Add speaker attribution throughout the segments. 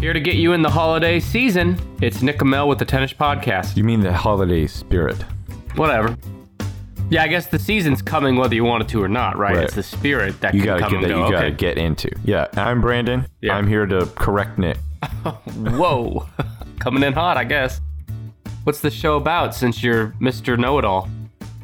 Speaker 1: Here to get you in the holiday season, it's Nick Amell with the Tennis Podcast.
Speaker 2: You mean the holiday spirit?
Speaker 1: Whatever. Yeah, I guess the season's coming whether you want it to or not, right?
Speaker 2: Right.
Speaker 1: It's the spirit that
Speaker 2: You
Speaker 1: can
Speaker 2: gotta
Speaker 1: come
Speaker 2: get that.
Speaker 1: and
Speaker 2: You
Speaker 1: go.
Speaker 2: gotta
Speaker 1: okay.
Speaker 2: get into. Yeah, I'm Brandon.
Speaker 1: Yeah.
Speaker 2: I'm here to correct Nick.
Speaker 1: Whoa, coming in hot, I guess. What's the show about since you're Mr. Know It All?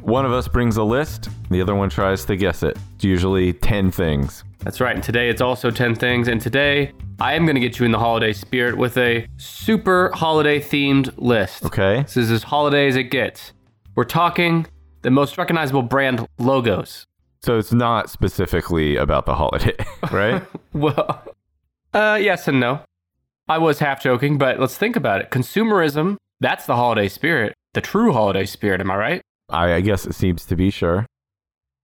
Speaker 2: One of us brings a list. The other one tries to guess it. It's usually ten things.
Speaker 1: That's right. And today it's also 10 things. And today I am going to get you in the holiday spirit with a super holiday themed list.
Speaker 2: Okay.
Speaker 1: This is as holiday as it gets. We're talking the most recognizable brand logos.
Speaker 2: So it's not specifically about the holiday, right?
Speaker 1: Well, uh, yes and no. I was half joking, but let's think about it. Consumerism, that's the holiday spirit, the true holiday spirit, am I right?
Speaker 2: I, I guess it seems to be sure.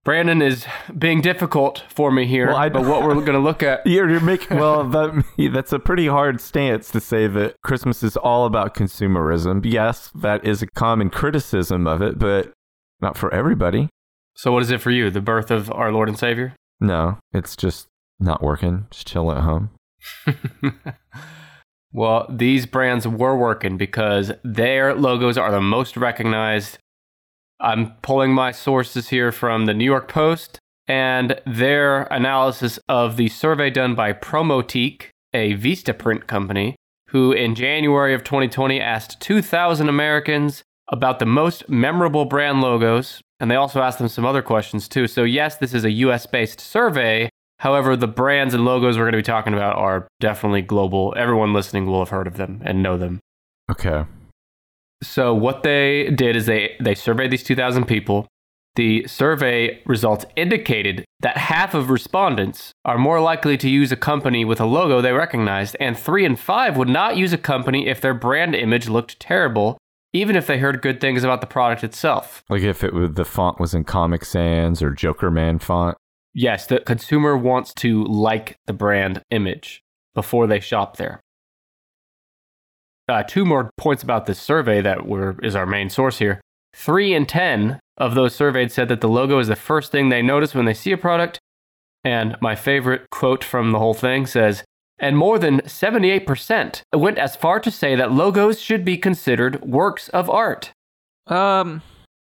Speaker 1: Brandon is being difficult for me here,
Speaker 2: Well, I-
Speaker 1: but what we're going to look at.
Speaker 2: You're, you're making well. That, that's a pretty hard stance to say that Christmas is all about consumerism. Yes, that is a common criticism of it, but not for everybody.
Speaker 1: So, what is it for you? The birth of our Lord and Savior?
Speaker 2: No, it's just not working. Just chill at home.
Speaker 1: well, these brands were working because their logos are the most recognized. I'm pulling my sources here from the New York Post and their analysis of the survey done by Promotique, a Vista print company, who in January of 2020 asked 2,000 Americans about the most memorable brand logos. And they also asked them some other questions too. So, yes, this is a US based survey, However, the brands and logos we're going to be talking about are definitely global. Everyone listening will have heard of them and know them.
Speaker 2: Okay.
Speaker 1: So what they did is they they surveyed these 2000 people. The survey results indicated that half of respondents are more likely to use a company with a logo they recognized and 3 in 5 would not use a company if their brand image looked terrible even if they heard good things about the product itself.
Speaker 2: Like if it was, the font was in Comic Sans or Joker Man font.
Speaker 1: Yes, the consumer wants to like the brand image before they shop there. Uh, two more points about this survey that were, is our main source here. Three in 10 of those surveyed said that the logo is the first thing they notice when they see a product. And my favorite quote from the whole thing says, and more than 78% went as far to say that logos should be considered works of art.
Speaker 2: Um.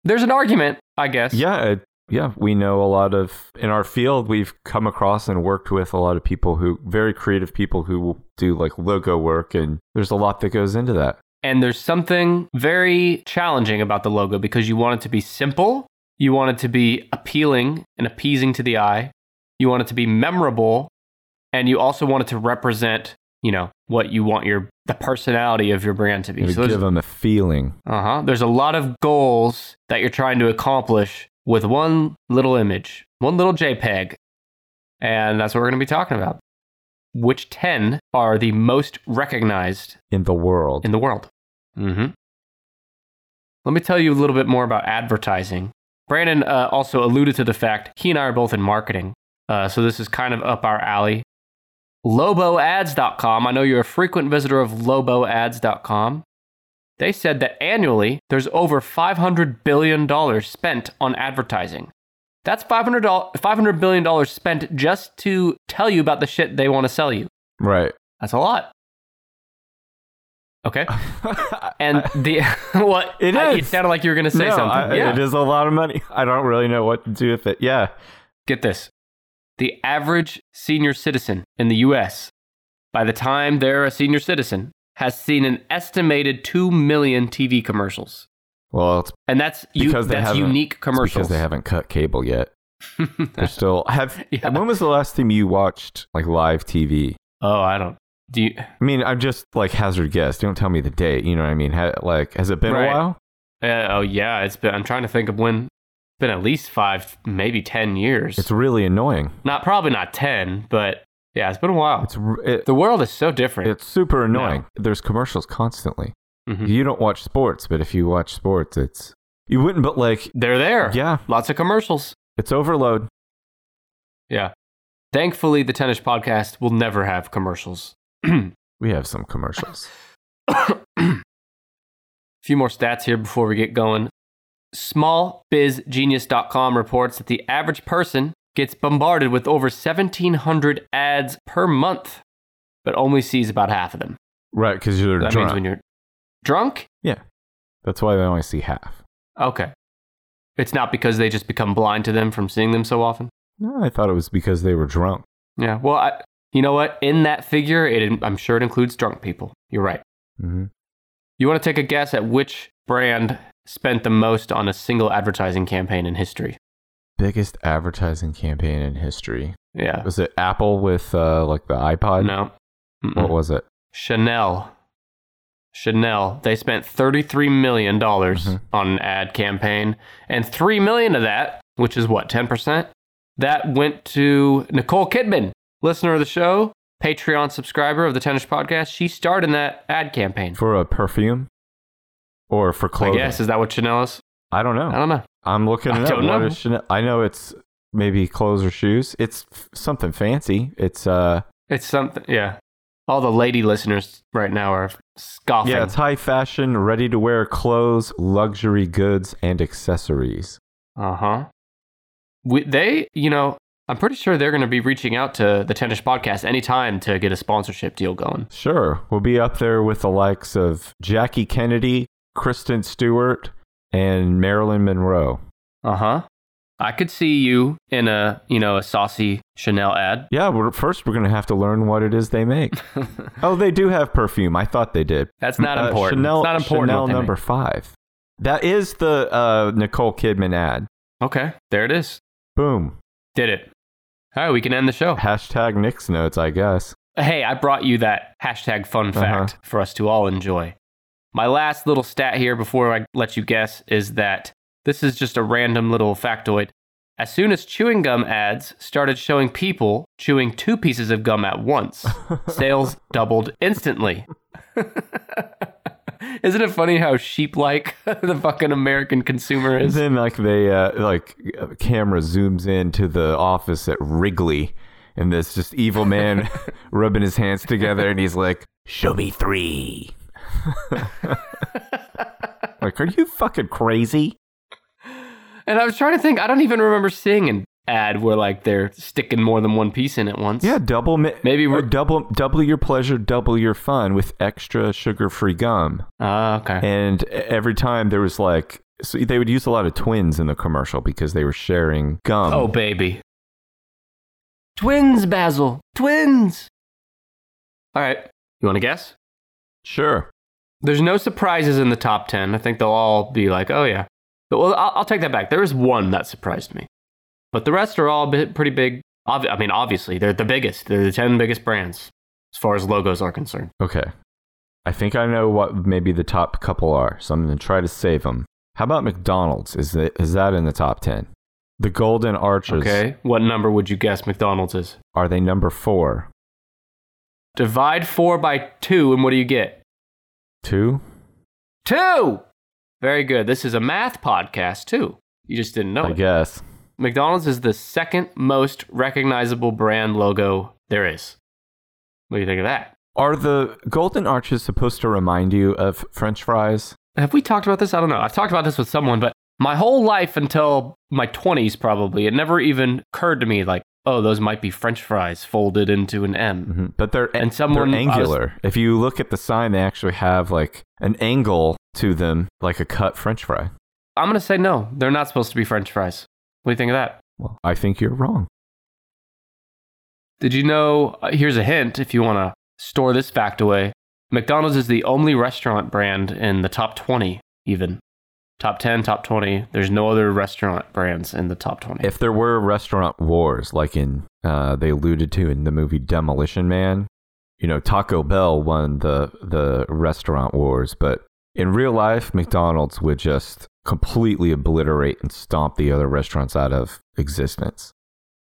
Speaker 1: There's an argument, I guess.
Speaker 2: Yeah. It, yeah. We know a lot of in our field. We've come across and worked with a lot of people who very creative people who will do like logo work, and there's a lot that goes into that.
Speaker 1: And there's something very challenging about the logo because you want it to be simple, you want it to be appealing and appeasing to the eye, you want it to be memorable, and you also want it to represent, you know, what you want your the personality of your brand to be.
Speaker 2: You give them a feeling.
Speaker 1: uh huh. There's a lot of goals that you're trying to accomplish with one little image, one little JPEG, and that's what we're going to be talking about. Which ten are the most recognized
Speaker 2: in the world.
Speaker 1: in the world. Mm-hmm. Let me tell you a little bit more about advertising. Brandon uh, also alluded to the fact he and I are both in marketing, uh, so this is kind of up our alley. LoboAds.com. I know you're a frequent visitor of LoboAds.com. They said that annually there's over $500 billion spent on advertising. That's $500, doll- $500 billion spent just to tell you about the shit they want to sell you.
Speaker 2: right.
Speaker 1: That's a lot. Okay. And the what
Speaker 2: It
Speaker 1: I- you
Speaker 2: is.
Speaker 1: sounded like you were going to say
Speaker 2: no,
Speaker 1: something.
Speaker 2: I-
Speaker 1: yeah.
Speaker 2: It is a lot of money. I don't really know what to do with it. Yeah.
Speaker 1: Get this: the average senior citizen in the U.S. by the time they're a senior citizen has seen an estimated two million TV commercials,
Speaker 2: Well, it's
Speaker 1: and that's you,
Speaker 2: Because they
Speaker 1: that's
Speaker 2: haven't-
Speaker 1: unique
Speaker 2: it's
Speaker 1: commercials.
Speaker 2: because they haven't cut cable yet. They're still have.
Speaker 1: Yeah.
Speaker 2: When was the last time you watched like live TV?
Speaker 1: oh, I don't. Do you?
Speaker 2: I mean, I'm just like hazard guess. Don't tell me the date. You know what I mean? Ha, like, has it been
Speaker 1: Right.
Speaker 2: a while?
Speaker 1: Uh, oh yeah, it's been. I'm trying to think of when. It's been at least five, maybe ten years.
Speaker 2: It's really annoying.
Speaker 1: not probably not ten, but yeah, it's been a while.
Speaker 2: It's r- it,
Speaker 1: the world is so different.
Speaker 2: it's super annoying. There's commercials constantly.
Speaker 1: Mhm.
Speaker 2: You don't watch sports, but if you watch sports, it's you wouldn't. But like,
Speaker 1: They're there.
Speaker 2: yeah,
Speaker 1: Lots of commercials.
Speaker 2: it's overload.
Speaker 1: Yeah. Thankfully, the Tennis Podcast will never have commercials. A
Speaker 2: We have some commercials.
Speaker 1: few more stats here before we get going. SmallBizGenius.com reports that the average person gets bombarded with over 1,700 ads per month. but only sees about half of them.
Speaker 2: Right, because you're
Speaker 1: That
Speaker 2: drunk.
Speaker 1: means when you're drunk,
Speaker 2: That's why they only see half.
Speaker 1: okay. It's not because they just become blind to them from seeing them so often.
Speaker 2: No, I thought it was because they were drunk.
Speaker 1: Yeah. Well, I, you know what? In that figure, it, I'm sure it includes drunk people. You're right.
Speaker 2: hmm
Speaker 1: You want to take a guess at which brand spent the most on a single advertising campaign in history?
Speaker 2: Biggest advertising campaign in history.
Speaker 1: Yeah.
Speaker 2: Was it Apple with uh, like the iPod?
Speaker 1: No. Mm-mm.
Speaker 2: What was it?
Speaker 1: Chanel. Chanel. They spent $33 million
Speaker 2: Mhm.
Speaker 1: on an ad campaign, and $3 million of that, which is what, 10%? That went to Nicole Kidman, listener of the show, Patreon subscriber of the Tennis Podcast. She starred in that ad campaign.
Speaker 2: For a perfume? Or for
Speaker 1: I
Speaker 2: clothing?
Speaker 1: guess. Is that what Chanel is?
Speaker 2: I don't know.
Speaker 1: I don't know.
Speaker 2: I'm looking
Speaker 1: I
Speaker 2: it up.
Speaker 1: don't
Speaker 2: What
Speaker 1: know.
Speaker 2: is Chanel- I know it's maybe clothes or shoes. It's f- something fancy. It's uh
Speaker 1: It's something. Yeah. All the lady listeners right now are scoffing.
Speaker 2: yeah, it's high fashion, ready to wear clothes, luxury goods and accessories.
Speaker 1: Uh huh. We, they, you know, I'm pretty sure they're going to be reaching out to the Tennis Podcast anytime to get a sponsorship deal going.
Speaker 2: Sure, we'll be up there with the likes of Jackie Kennedy, Kristen Stewart, and Marilyn Monroe.
Speaker 1: Uh
Speaker 2: Uh-huh.
Speaker 1: huh. I could see you in a, you know, a saucy Chanel ad.
Speaker 2: Yeah, we're, first we're going to have to learn what it is they make. oh, they do have perfume. I thought they did.
Speaker 1: That's not
Speaker 2: Uh,
Speaker 1: important.
Speaker 2: Chanel,
Speaker 1: it's not important.
Speaker 2: Chanel
Speaker 1: what they
Speaker 2: number five. That is the uh, Nicole Kidman ad.
Speaker 1: make. Okay, there it is.
Speaker 2: Boom.
Speaker 1: Did it. All right, we can end the show.
Speaker 2: Hashtag Nick's notes, I guess.
Speaker 1: Hey, I brought you that hashtag fun fact for us to all enjoy. My last little stat here before I let you guess is that this is just a random little factoid. As soon as chewing gum ads started showing people chewing two pieces of gum at once, sales doubled instantly. Isn't it funny how sheep like the fucking American consumer
Speaker 2: And
Speaker 1: is?
Speaker 2: then like they uh, like uh, camera zooms into the office at Wrigley, and this just evil man rubbing his hands together, and he's like, "Show me three. like, are you fucking crazy?
Speaker 1: And I was trying to think, I don't even remember seeing an ad where like they're sticking more than one piece in at once.
Speaker 2: Yeah, double mi-
Speaker 1: Maybe
Speaker 2: or
Speaker 1: we're.
Speaker 2: double double your pleasure, double your fun with extra sugar-free gum.
Speaker 1: Ah, okay.
Speaker 2: And e, every time there was like, so they would use a lot of twins in the commercial because they were sharing gum.
Speaker 1: oh, baby. Twins, Basil. Twins. All right. You want to guess?
Speaker 2: sure.
Speaker 1: There's no surprises in the top 10. I think they'll all be like, oh, yeah. But, Well, I'll, I'll take that back. There is one that surprised me. But the rest are all bi- pretty big. Obvi- I mean, obviously, they're the biggest. They're the 10 biggest brands as far as logos are concerned.
Speaker 2: Okay. I think I know what maybe the top couple are, so I'm going to try to save them. How about McDonald's? Is that, is that in the top 10? The Golden Archers.
Speaker 1: Okay. What number would you guess McDonald's is?
Speaker 2: Are they number four?
Speaker 1: Divide four by two, and what do you get?
Speaker 2: Two?
Speaker 1: Two! Very good. This is a math podcast, too. You just didn't know
Speaker 2: I
Speaker 1: it.
Speaker 2: guess.
Speaker 1: McDonald's is the second most recognizable brand logo there is. What do you think of that?
Speaker 2: Are the Golden Arches supposed to remind you of French fries?
Speaker 1: Have we talked about this? I don't know. I've talked about this with someone, but my whole life until my 20s, probably, it never even occurred to me like, oh, those might be french fries folded into an M.
Speaker 2: hmm But they're,
Speaker 1: Mm-hmm. And someone-
Speaker 2: they're
Speaker 1: I was-
Speaker 2: angular. If you look at the sign, they actually have like an angle to them, like a cut French fry.
Speaker 1: I'm going to say no. They're not supposed to be french fries. What do you think of that?
Speaker 2: Well, I think you're wrong.
Speaker 1: Did you know? uh, Here's a hint if you want to store this fact away McDonald's is the only restaurant brand in the top 20, even. Top 10, top 20. There's no other restaurant brands in the top 20.
Speaker 2: If there were restaurant wars, like in uh, they alluded to in the movie Demolition Man, you know, Taco Bell won the the restaurant wars, but in real life, McDonald's would just completely obliterate and stomp the other restaurants out of existence.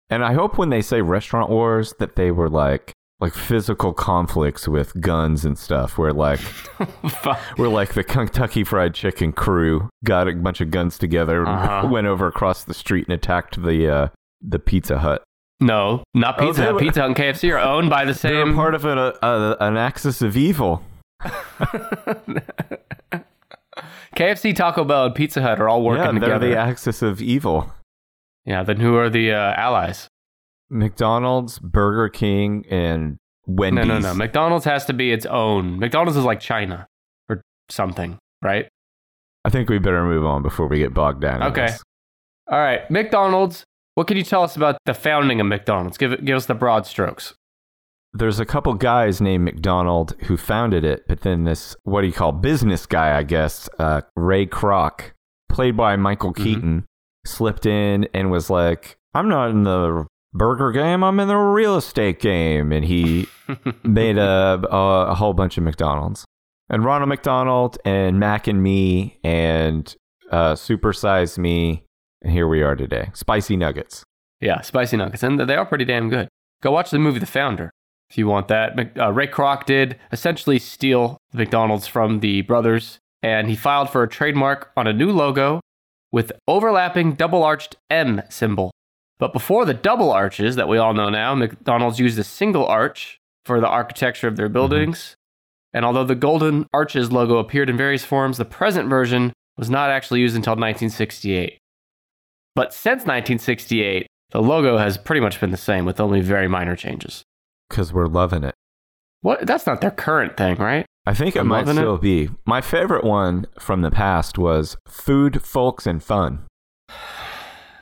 Speaker 2: And I hope when they say restaurant wars that they were like like physical conflicts with guns and stuff, where like
Speaker 1: Fuck.
Speaker 2: where like the Kentucky Fried Chicken crew got a bunch of guns together,
Speaker 1: Uh-huh.
Speaker 2: went over across the street and attacked the uh, the Pizza Hut.
Speaker 1: no, not
Speaker 2: Oh,
Speaker 1: Pizza.
Speaker 2: they
Speaker 1: Hut.
Speaker 2: were-
Speaker 1: Pizza Hut and KFC are owned by the
Speaker 2: They were
Speaker 1: same.
Speaker 2: part of an, uh, uh, an axis of evil.
Speaker 1: KFC, Taco Bell, and Pizza Hut are all working
Speaker 2: yeah, they're
Speaker 1: together.
Speaker 2: the uh, axis of evil.
Speaker 1: yeah, then who are the uh, allies?
Speaker 2: McDonald's, Burger King, and
Speaker 1: No,
Speaker 2: Wendy's.
Speaker 1: no, no. McDonald's has to be its own. McDonald's is like China or something, right?
Speaker 2: I think we better move on before we get bogged down. in
Speaker 1: Okay.
Speaker 2: this.
Speaker 1: All right, McDonald's. What can you tell us about the founding of McDonald's? Give it, give us the broad strokes.
Speaker 2: There's a couple guys named McDonald who founded it, but then this, what do you call, business guy, I guess, uh, Ray Kroc, played by Michael
Speaker 1: Mhm.
Speaker 2: Keaton, slipped in and was like, I'm not in the burger game, I'm in the real estate game. And he made a, a, a whole bunch of McDonald's. And Ronald McDonald and Mac and Me and uh, Super Size Me. And here we are today. Spicy Nuggets.
Speaker 1: yeah, spicy nuggets, and they are pretty damn good. Go watch the movie The Founder if you want that. Mc- Uh, Ray Kroc did essentially steal McDonald's from the brothers, and he filed for a trademark on a new logo with overlapping double-arched M symbol. But before the double arches that we all know now, McDonald's used a single arch for the architecture of their buildings. And although the Golden Arches logo appeared in various forms, the present version was not actually used until 1968. But since 1968, the logo has pretty much been the same with only very minor changes.
Speaker 2: Because we're loving it.
Speaker 1: What? That's not their current thing, right?
Speaker 2: I think it
Speaker 1: I'm
Speaker 2: might
Speaker 1: loving it.
Speaker 2: still be. My favorite one from the past was Food, Folks, and Fun.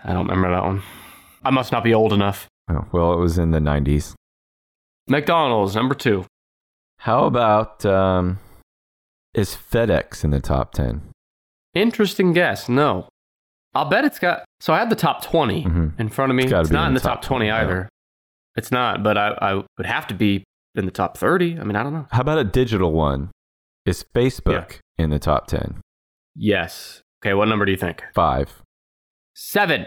Speaker 1: I don't remember that one. I must not be old enough.
Speaker 2: Oh, well, it was in the 90s.
Speaker 1: McDonald's, number two.
Speaker 2: How about um, is FedEx in the top 10?
Speaker 1: Interesting guess. No. I'll bet it's got. So I had the top 20
Speaker 2: Mhm.
Speaker 1: in front of me.
Speaker 2: It's
Speaker 1: It's,
Speaker 2: gotta be
Speaker 1: not in the top 20 either. It's not, but I, I would have to be in the top 30. I mean, I don't know.
Speaker 2: How about a digital one? Is Facebook in the top 10?
Speaker 1: Yes. Okay, what number do you think?
Speaker 2: Five.
Speaker 1: Seven.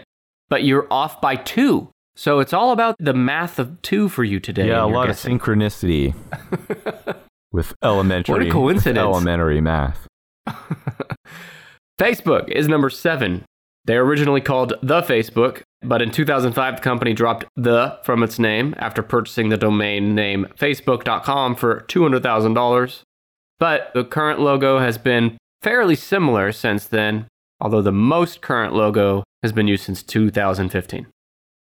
Speaker 1: But you're off by two. So it's all about the math of two for you today.
Speaker 2: Yeah, a
Speaker 1: in your
Speaker 2: lot
Speaker 1: guessing.
Speaker 2: of synchronicity with elementary
Speaker 1: What a coincidence.
Speaker 2: with elementary math.
Speaker 1: Facebook is number seven. They were originally called The Facebook, but in 2005, the company dropped the from its name after purchasing the domain name facebook.com for $200,000. But the current logo has been fairly similar since then, although the most current logo has been used since 2015.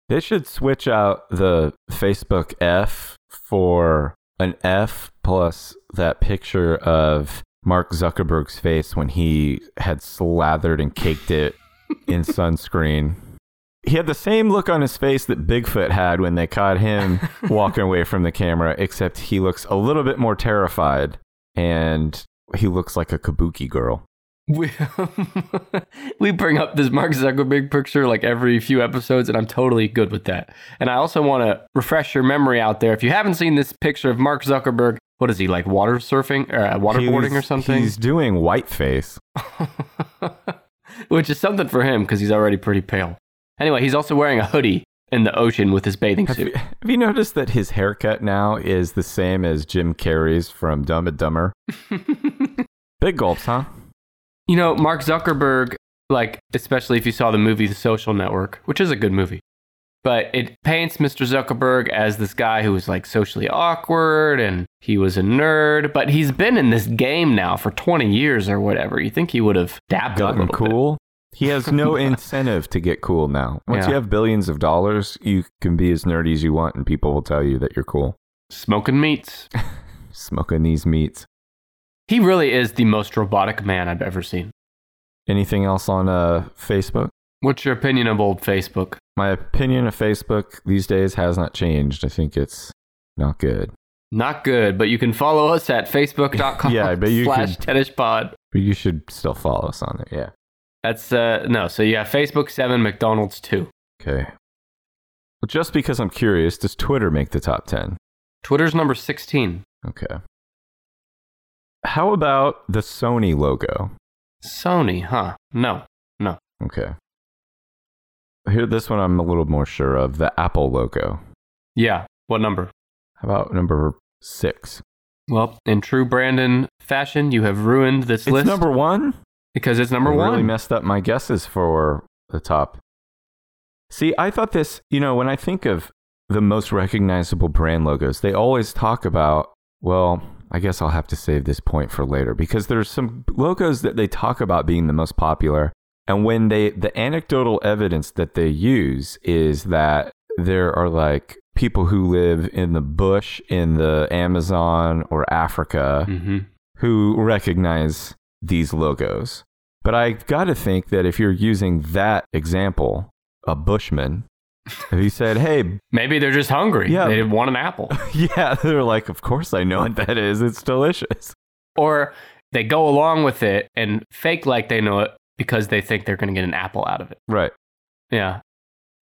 Speaker 2: They should switch out the Facebook F for an F plus that picture of Mark Zuckerberg's face when he had slathered and caked it in sunscreen. He had the same look on his face that Bigfoot had when they caught him walking away from the camera, except he looks a little bit more terrified and he looks like a kabuki girl.
Speaker 1: We, we bring up this Mark Zuckerberg picture like every few episodes, and I'm totally good with that. And I also want to refresh your memory out there. If you haven't seen this picture of Mark Zuckerberg, what is he like water surfing or uh, waterboarding
Speaker 2: He's-
Speaker 1: or something?
Speaker 2: He's doing whiteface.
Speaker 1: Which is something for him because he's already pretty pale. Anyway, he's also wearing a hoodie in the ocean with his bathing
Speaker 2: Have you,
Speaker 1: suit.
Speaker 2: have you noticed that his haircut now is the same as Jim Carrey's from Dumb and Dumber? Big gulps, huh?
Speaker 1: You know, Mark Zuckerberg, like, especially if you saw the movie The Social Network, which is a good movie, but it paints Mr. Zuckerberg as this guy who was like socially awkward and he was a nerd, but he's been in this game now for 20 years or whatever. You think he would have dabbed a
Speaker 2: Gotten
Speaker 1: little bit.
Speaker 2: cool. He has no incentive to get cool now. Once
Speaker 1: Yeah.
Speaker 2: you have billions of dollars, you can be as nerdy as you want, and people will tell you that you're cool.
Speaker 1: Smoking meats.
Speaker 2: Smoking these meats.
Speaker 1: He really is the most robotic man I've ever seen.
Speaker 2: Anything else on uh, Facebook?
Speaker 1: What's your opinion of old Facebook?
Speaker 2: My opinion of Facebook these days has not changed. I think it's not good.
Speaker 1: Not good, but you can follow us at facebook.com
Speaker 2: Yeah, but you
Speaker 1: slash
Speaker 2: could-
Speaker 1: tennis pod.
Speaker 2: But you should still follow us on there.
Speaker 1: That's uh no. So you have Facebook seven, McDonald's two.
Speaker 2: Yeah. Okay. Well, just because I'm curious, does Twitter make the top 10?
Speaker 1: Twitter's number sixteen.
Speaker 2: Okay. How about the Sony logo?
Speaker 1: Sony, huh? No, no.
Speaker 2: Okay. Here, this one I'm a little more sure of the Apple logo.
Speaker 1: Yeah. What number?
Speaker 2: How about number six?
Speaker 1: Well, in true Brandon fashion, you have ruined this
Speaker 2: It's
Speaker 1: list
Speaker 2: number one.
Speaker 1: because it's number
Speaker 2: I
Speaker 1: one.
Speaker 2: Really messed up my guesses for the top. See, I thought this. You know, when I think of the most recognizable brand logos, they always talk about. Well, I guess I'll have to save this point for later because there's some logos that they talk about being the most popular, and when they the anecdotal evidence that they use is that there are like people who live in the bush in the Amazon or Africa
Speaker 1: Mm-hmm.
Speaker 2: who recognize these logos. But I got to think that if you're using that example, a bushman, if he said, "Hey,
Speaker 1: Maybe they're just hungry.
Speaker 2: Yeah.
Speaker 1: They want an apple.
Speaker 2: yeah," they're like, "Of course I know what that is. It's delicious."
Speaker 1: or they go along with it and fake like they know it because they think they're going to get an apple out of it.
Speaker 2: Right.
Speaker 1: Yeah.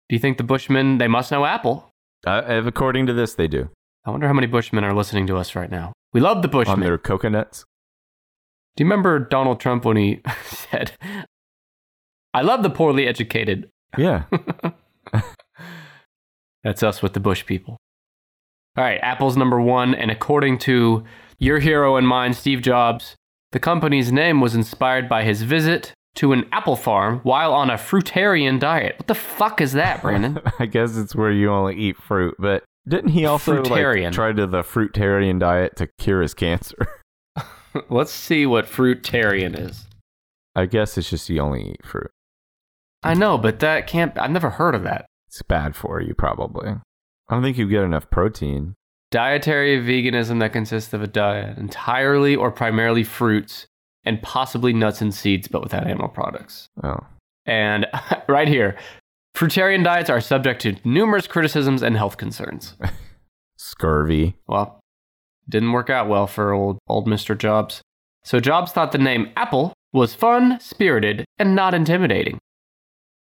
Speaker 1: Do you think the Bushmen, they must know apple?
Speaker 2: Uh, if- according to this, they do
Speaker 1: I wonder how many Bushmen are listening to us right now. We love the
Speaker 2: on
Speaker 1: Bushmen.
Speaker 2: their coconuts.
Speaker 1: Do you remember Donald Trump when he said, I love the poorly educated?
Speaker 2: Yeah.
Speaker 1: That's us with the Bush people. All right, Apple's number one. And according to your hero and mine, Steve Jobs, the company's name was inspired by his visit to an apple farm while on a fruitarian diet. What the fuck is that, Brandon?
Speaker 2: I guess it's where you only eat fruit, but didn't he also like,
Speaker 1: Fruitarian.
Speaker 2: try to the fruitarian diet to cure his cancer?
Speaker 1: Let's see what fruitarian is.
Speaker 2: I guess it's just you only eat fruit.
Speaker 1: I know, but that can't, I've never heard of that.
Speaker 2: It's bad for you, probably. I don't think you get enough protein.
Speaker 1: Dietary veganism that consists of a diet entirely or primarily fruits and possibly nuts and seeds, but without animal products.
Speaker 2: Oh,
Speaker 1: And right here, fruitarian diets are subject to numerous criticisms and health concerns.
Speaker 2: scurvy.
Speaker 1: Well, didn't work out well for old old Mr. Jobs. So Jobs thought the name Apple was fun, spirited, and not intimidating.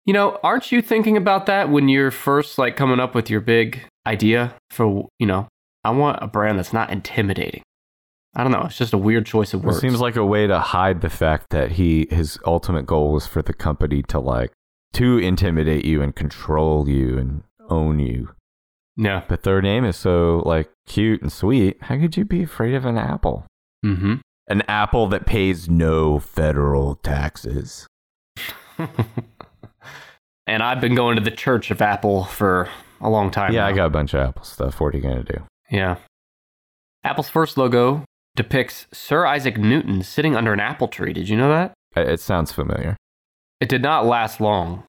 Speaker 1: You know, aren't you thinking about that when you're first like coming up with your big idea for, you know, I want a brand that's not intimidating. I don't know, it's just a weird choice of
Speaker 2: It
Speaker 1: words.
Speaker 2: seems like a way to hide the fact that he his ultimate goal was for the company to like to intimidate you and control you and own you.
Speaker 1: Yeah.
Speaker 2: But their name is so like cute and sweet. How could you be afraid of an apple?
Speaker 1: Mhm.
Speaker 2: An apple that pays no federal taxes.
Speaker 1: and I've been going to the church of Apple for a long time.
Speaker 2: yeah,
Speaker 1: now.
Speaker 2: I got a bunch of apple stuff. What are you gonna do?
Speaker 1: Yeah. Apple's first logo depicts Sir Isaac Newton sitting under an apple tree. Did you know that?
Speaker 2: I- It sounds familiar.
Speaker 1: It did not last long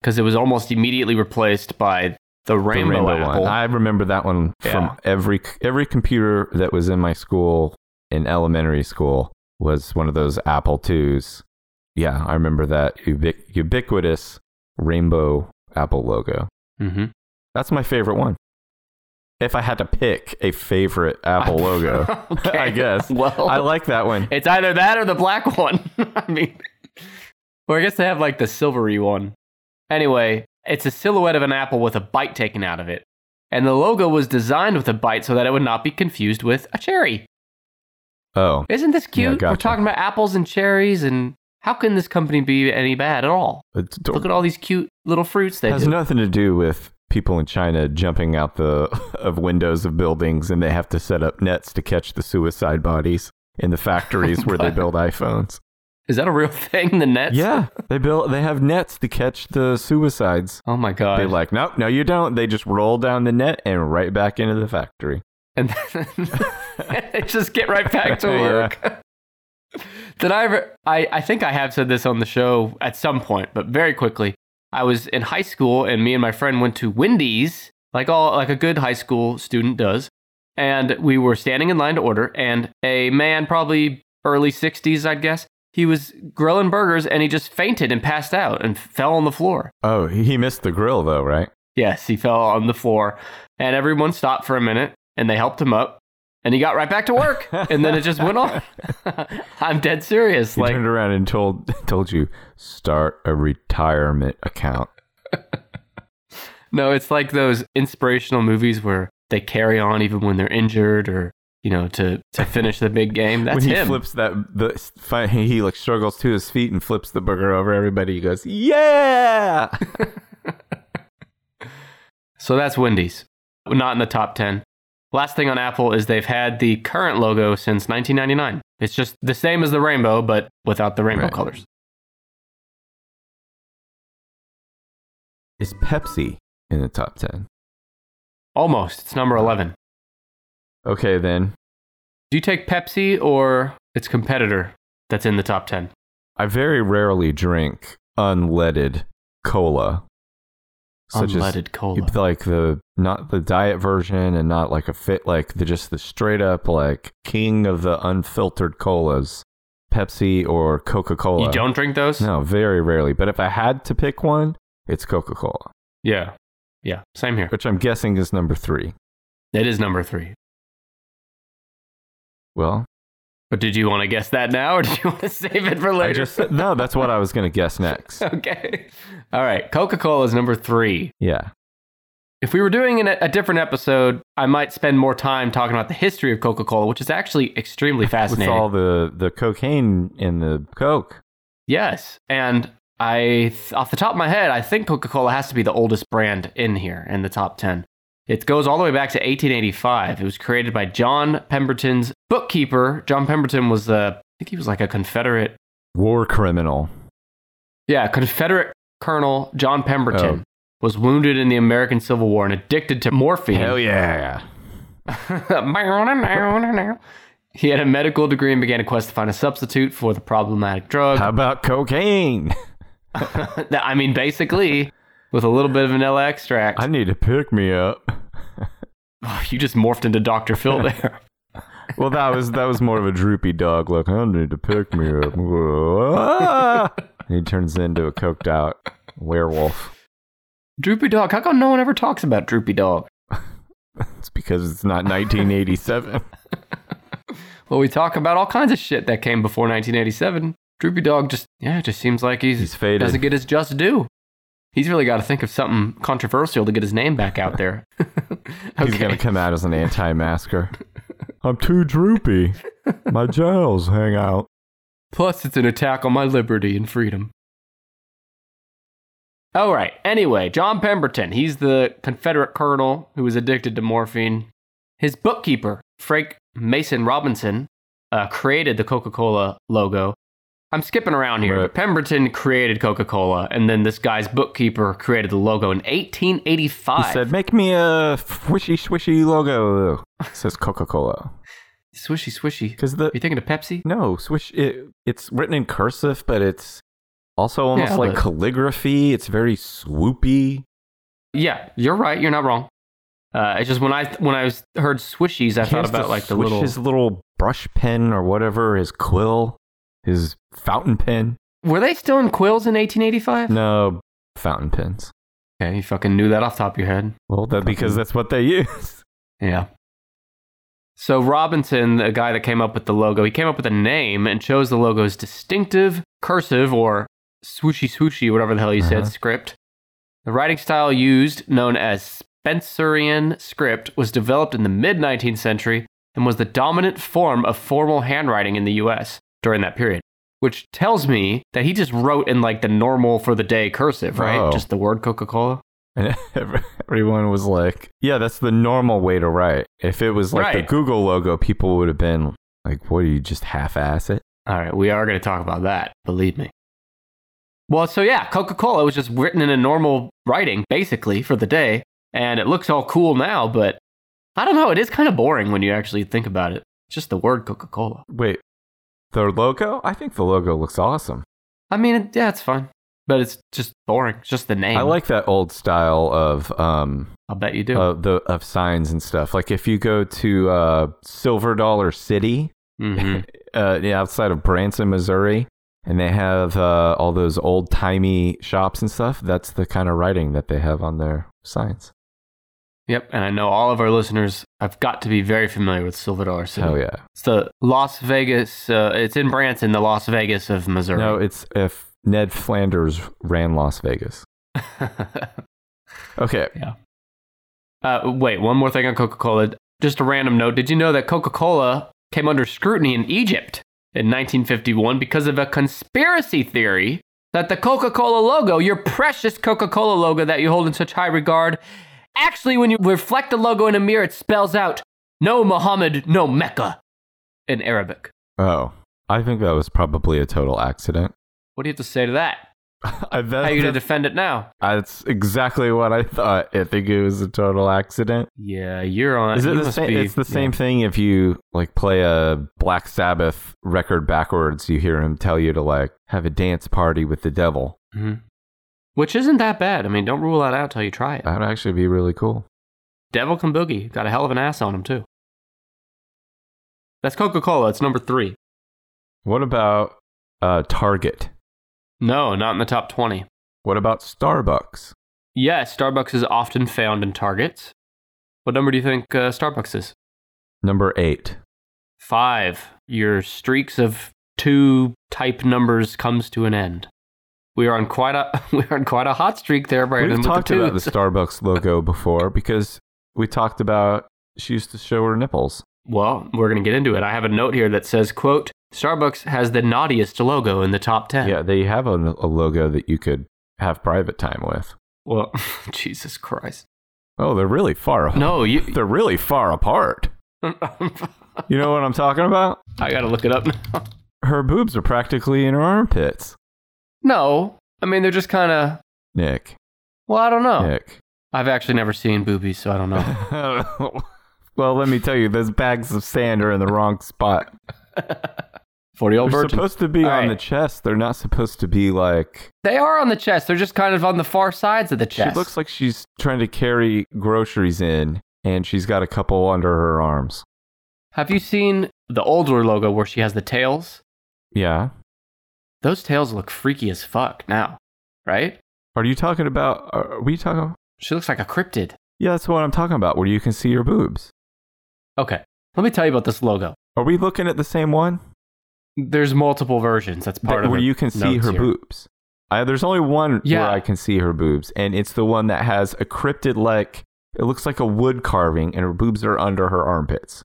Speaker 1: because it was almost immediately replaced by the
Speaker 2: The
Speaker 1: rainbow, apple.
Speaker 2: one. I remember that one
Speaker 1: Yeah.
Speaker 2: from every every computer that was in my school in elementary school was one of those Apple twos. Yeah, I remember that ubiqu- ubiquitous rainbow Apple logo.
Speaker 1: mm-hmm.
Speaker 2: That's my favorite one. If I had to pick a favorite Apple logo,
Speaker 1: okay.
Speaker 2: I guess.
Speaker 1: Well,
Speaker 2: I like that one.
Speaker 1: it's either that or the black one. I mean, or I guess they have like the silvery one. Anyway, it's a silhouette of an apple with a bite taken out of it. And the logo was designed with a bite so that it would not be confused with a cherry.
Speaker 2: Oh,
Speaker 1: Isn't this cute?
Speaker 2: Yeah,
Speaker 1: We're
Speaker 2: gotcha.
Speaker 1: talking about apples and cherries, and how can this company be any bad at all?
Speaker 2: it
Speaker 1: Look at all these cute little fruits they
Speaker 2: has
Speaker 1: do.
Speaker 2: nothing to do with people in China jumping out the of windows of buildings and they have to set up nets to catch the suicide bodies in the factories where they build iPhones.
Speaker 1: Is that a real thing? The nets?
Speaker 2: Yeah, they build they have nets to catch the suicides.
Speaker 1: Oh my god.
Speaker 2: They like, nope, no, you don't. They just roll down the net and right back into the factory.
Speaker 1: and then they just get right back to work. Did I ever? I, I think I have said this on the show at some point, but very quickly. I was in high school, and me and my friend went to Wendy's, like all like a good high school student does. And we were standing in line to order, and a man, probably early sixties, I'd guess, he was grilling burgers, and he just fainted and passed out and fell on the floor.
Speaker 2: Oh, he missed the grill though, right?
Speaker 1: Yes, he fell on the floor, and everyone stopped for a minute, and they helped him up, and he got right back to work, and then it just went on. I'm dead serious.
Speaker 2: He
Speaker 1: like,
Speaker 2: turned around and told told you start a retirement account.
Speaker 1: no, it's like those inspirational movies where they carry on even when they're injured, or you know, to to finish the big game. That's
Speaker 2: when he
Speaker 1: him.
Speaker 2: flips that the fi- he like struggles to his feet and flips the burger over everybody he goes yeah
Speaker 1: So that's Wendy's, not in the top ten. Last thing on Apple is they've had the current logo since 1999. It's just the same as the rainbow, but without the rainbow
Speaker 2: Right.
Speaker 1: colors.
Speaker 2: is pepsi in the top 10
Speaker 1: Almost. It's number 11.
Speaker 2: okay then
Speaker 1: Do you take Pepsi or its competitor that's in the top 10?
Speaker 2: i very rarely drink unleaded cola such as
Speaker 1: Unleaded cola.
Speaker 2: like the not the diet version and not like a fit like the just the straight up like king of the unfiltered colas, Pepsi or Coca Cola.
Speaker 1: You don't drink those?
Speaker 2: No, very rarely. But if I had to pick one, it's Coca Cola,
Speaker 1: Yeah. Yeah. Same here.
Speaker 2: which I'm guessing is number three.
Speaker 1: It is number three.
Speaker 2: Well,
Speaker 1: But did you want to guess that now or did you want to save it for later?
Speaker 2: I just no, that's what I was gonna guess next.
Speaker 1: okay. All right. Coca Cola is number three.
Speaker 2: Yeah,
Speaker 1: If we were doing an, a different episode, I might spend more time talking about the history of Coca Cola, which is actually extremely
Speaker 2: with
Speaker 1: fascinating.
Speaker 2: all the the cocaine in the Coke.
Speaker 1: yes. And I, th- off the top of my head, I think Coca Cola has to be the oldest brand in here in the top 10. It goes all the way back to 1885. It was created by John Pemberton's bookkeeper. John Pemberton was the, I think he was like a Confederate
Speaker 2: War criminal.
Speaker 1: Yeah, Confederate Colonel John
Speaker 2: Oh.
Speaker 1: Pemberton was wounded in the American Civil War and addicted to morphine.
Speaker 2: Hell yeah.
Speaker 1: he had a medical degree and began a quest to find a substitute for the problematic drug.
Speaker 2: How about cocaine?
Speaker 1: I mean, basically, with a little bit of vanilla extract,
Speaker 2: I need to pick me up.
Speaker 1: Oh, you just morphed into Dr. Phil there.
Speaker 2: Well, that was that was more of a droopy dog look. I need to pick me up. Ah! he turns into a coked out werewolf.
Speaker 1: Droopy Dog. How come no one ever talks about Droopy Dog?
Speaker 2: It's because it's not 1987.
Speaker 1: Well, we talk about all kinds of shit that came before 1987. Droopy Dog just, yeah, it just seems like he's,
Speaker 2: He's faded.
Speaker 1: doesn't get his just due. He's really got to think of something controversial to get his name back out there.
Speaker 2: He's
Speaker 1: Okay.
Speaker 2: gonna come out as an anti-masker. I'm too droopy. My jowls hang out.
Speaker 1: Plus, it's an attack on my liberty and freedom. All right. Anyway, John Pemberton, he's the Confederate colonel who was addicted to morphine. His bookkeeper, Frank Mason Robinson, uh, created the Coca Cola logo. I'm skipping around here,
Speaker 2: Right.
Speaker 1: but Pemberton created Coca Cola, and then this guy's bookkeeper created the logo in 1885.
Speaker 2: He said, "Make me a swishy swishy logo." It says Coca-Cola
Speaker 1: swishy, swishy.
Speaker 2: because the
Speaker 1: You thinking of Pepsi?
Speaker 2: no swish. It, it's written in cursive, but it's also almost
Speaker 1: Yeah,
Speaker 2: like
Speaker 1: but-
Speaker 2: calligraphy. It's very swoopy.
Speaker 1: Yeah, you're right. You're not wrong. Uh, it's just when I when I was, heard swishies, I
Speaker 2: He
Speaker 1: thought
Speaker 2: has to
Speaker 1: about like the
Speaker 2: swish
Speaker 1: little
Speaker 2: his little brush pen or whatever, his quill, his fountain pen.
Speaker 1: Were they still in quills in 1885?
Speaker 2: No, fountain pens.
Speaker 1: Okay, you fucking knew that off the top of your head.
Speaker 2: Well, that because that's what they use.
Speaker 1: Yeah. So Robinson, the guy that came up with the logo, he came up with a name and chose the logo's distinctive cursive or swooshy swooshy, whatever the hell you said,
Speaker 2: Uh-huh.
Speaker 1: script. The writing style used, known as Spencerian script, was developed in the mid 19th century and was the dominant form of formal handwriting in the US during that period, which tells me that he just wrote in like the normal for the day cursive, right?
Speaker 2: Oh.
Speaker 1: Just the word Coca Cola.
Speaker 2: And every- everyone was like, "Yeah, that's the normal way to write." If it was like the
Speaker 1: Right.
Speaker 2: Google logo, people would have been like, "What do you just half-ass it?"
Speaker 1: All right, we are going to talk about that, believe me. Well, so yeah, Coca Cola was just written in a normal writing, basically, for the day. And it looks all cool now, but I don't know. It is kind of boring when you actually think about it. It's just the word Coca Cola.
Speaker 2: Wait, the logo? I think the logo looks awesome.
Speaker 1: I mean, it, yeah, it's fun, but it's just boring. It's just the name.
Speaker 2: I like that old style of um
Speaker 1: I'll bet you do.
Speaker 2: uh, the of signs and stuff. Like if you go to uh, Silver Dollar City,
Speaker 1: Mhm.
Speaker 2: uh, yeah, outside of Branson, Missouri, and they have uh, all those old timey shops and stuff. That's the kind of writing that they have on their signs.
Speaker 1: Yep. And I know all of our listeners have got to be very familiar with Silver Dollar City.
Speaker 2: Hell Oh, yeah!
Speaker 1: It's the Las Vegas, uh, it's in Branson, the Las Vegas of Missouri.
Speaker 2: No, it's if Ned Flanders ran Las Vegas. Okay,
Speaker 1: Uh, wait, one more thing on Coca Cola. Just a random note. Did you know that Coca Cola came under scrutiny in Egypt in 1951 because of a conspiracy theory that the Coca Cola logo, your precious Coca Cola logo that you hold in such high regard, actually, when you reflect the logo in a mirror, it spells out no Muhammad, no Mecca in Arabic.
Speaker 2: oh, I think that was probably a total accident.
Speaker 1: What do you have to say to that?
Speaker 2: I,
Speaker 1: How
Speaker 2: that,
Speaker 1: are you going to defend it now?
Speaker 2: that's exactly what I thought. I think it was a total accident.
Speaker 1: Yeah, you're on.
Speaker 2: Is it
Speaker 1: Uh, you
Speaker 2: the
Speaker 1: must
Speaker 2: same?
Speaker 1: be-
Speaker 2: it's the
Speaker 1: yeah.
Speaker 2: same thing if you like play a Black Sabbath record backwards. You hear him tell you to like have a dance party with the devil.
Speaker 1: Mhm. which isn't that bad. I mean, don't rule that out till you try it.
Speaker 2: That would actually be really cool.
Speaker 1: Devil Can Boogie got a hell of an ass on him too. That's Coca Cola. It's number three.
Speaker 2: What about uh, Target?
Speaker 1: No, not in the top twenty.
Speaker 2: What about Starbucks?
Speaker 1: Yes, Starbucks is often found in Targets. What number do you think uh, Starbucks is?
Speaker 2: Number eight.
Speaker 1: Five. Your streaks of two type numbers comes to an end. We are on quite a we are on quite a hot streak there, Brandon.
Speaker 2: We've
Speaker 1: with the
Speaker 2: talked about the
Speaker 1: twos.
Speaker 2: Starbucks logo before because we talked about she used to show her nipples.
Speaker 1: Well, we're going to get into it. I have a note here that says, "quote Starbucks has the naughtiest logo in the top 10.
Speaker 2: Yeah, they have a, a logo that you could have private time with.
Speaker 1: Well, Jesus Christ.
Speaker 2: Oh, they're really far.
Speaker 1: No, you.
Speaker 2: they're really far apart.
Speaker 1: I
Speaker 2: You know what I'm talking about?
Speaker 1: got to look it up now.
Speaker 2: Her boobs are practically in her armpits.
Speaker 1: No, I mean they're just kind of.
Speaker 2: Nick,
Speaker 1: Well, I don't know.
Speaker 2: Nick.
Speaker 1: I've actually never seen boobies, so I don't know.
Speaker 2: well, let me tell you, those bags of sand are in the wrong spot.
Speaker 1: Forty-year-old
Speaker 2: They're
Speaker 1: Oh, virgin.
Speaker 2: supposed to be
Speaker 1: All
Speaker 2: on
Speaker 1: right.
Speaker 2: the chest. They're not supposed to be like.
Speaker 1: they are on the chest. They're just kind of on the far sides of the chest.
Speaker 2: She looks like she's trying to carry groceries in, and she's got a couple under her arms.
Speaker 1: Have you seen the older logo where she has the tails?
Speaker 2: Yeah.
Speaker 1: Those tails look freaky as fuck now, right?
Speaker 2: Are you talking about? Are we talking?
Speaker 1: She looks like a cryptid.
Speaker 2: Yeah, that's what I'm talking about. Where you can see your boobs.
Speaker 1: Okay, let me tell you about this logo.
Speaker 2: Are we looking at the same one?
Speaker 1: There's multiple versions. That's part
Speaker 2: That-
Speaker 1: of
Speaker 2: where
Speaker 1: the
Speaker 2: you can see
Speaker 1: notes
Speaker 2: her
Speaker 1: here.
Speaker 2: boobs. I, there's only one
Speaker 1: Yeah.
Speaker 2: where I can see her boobs, and it's the one that has a cryptid like. It looks like a wood carving, and her boobs are under her armpits.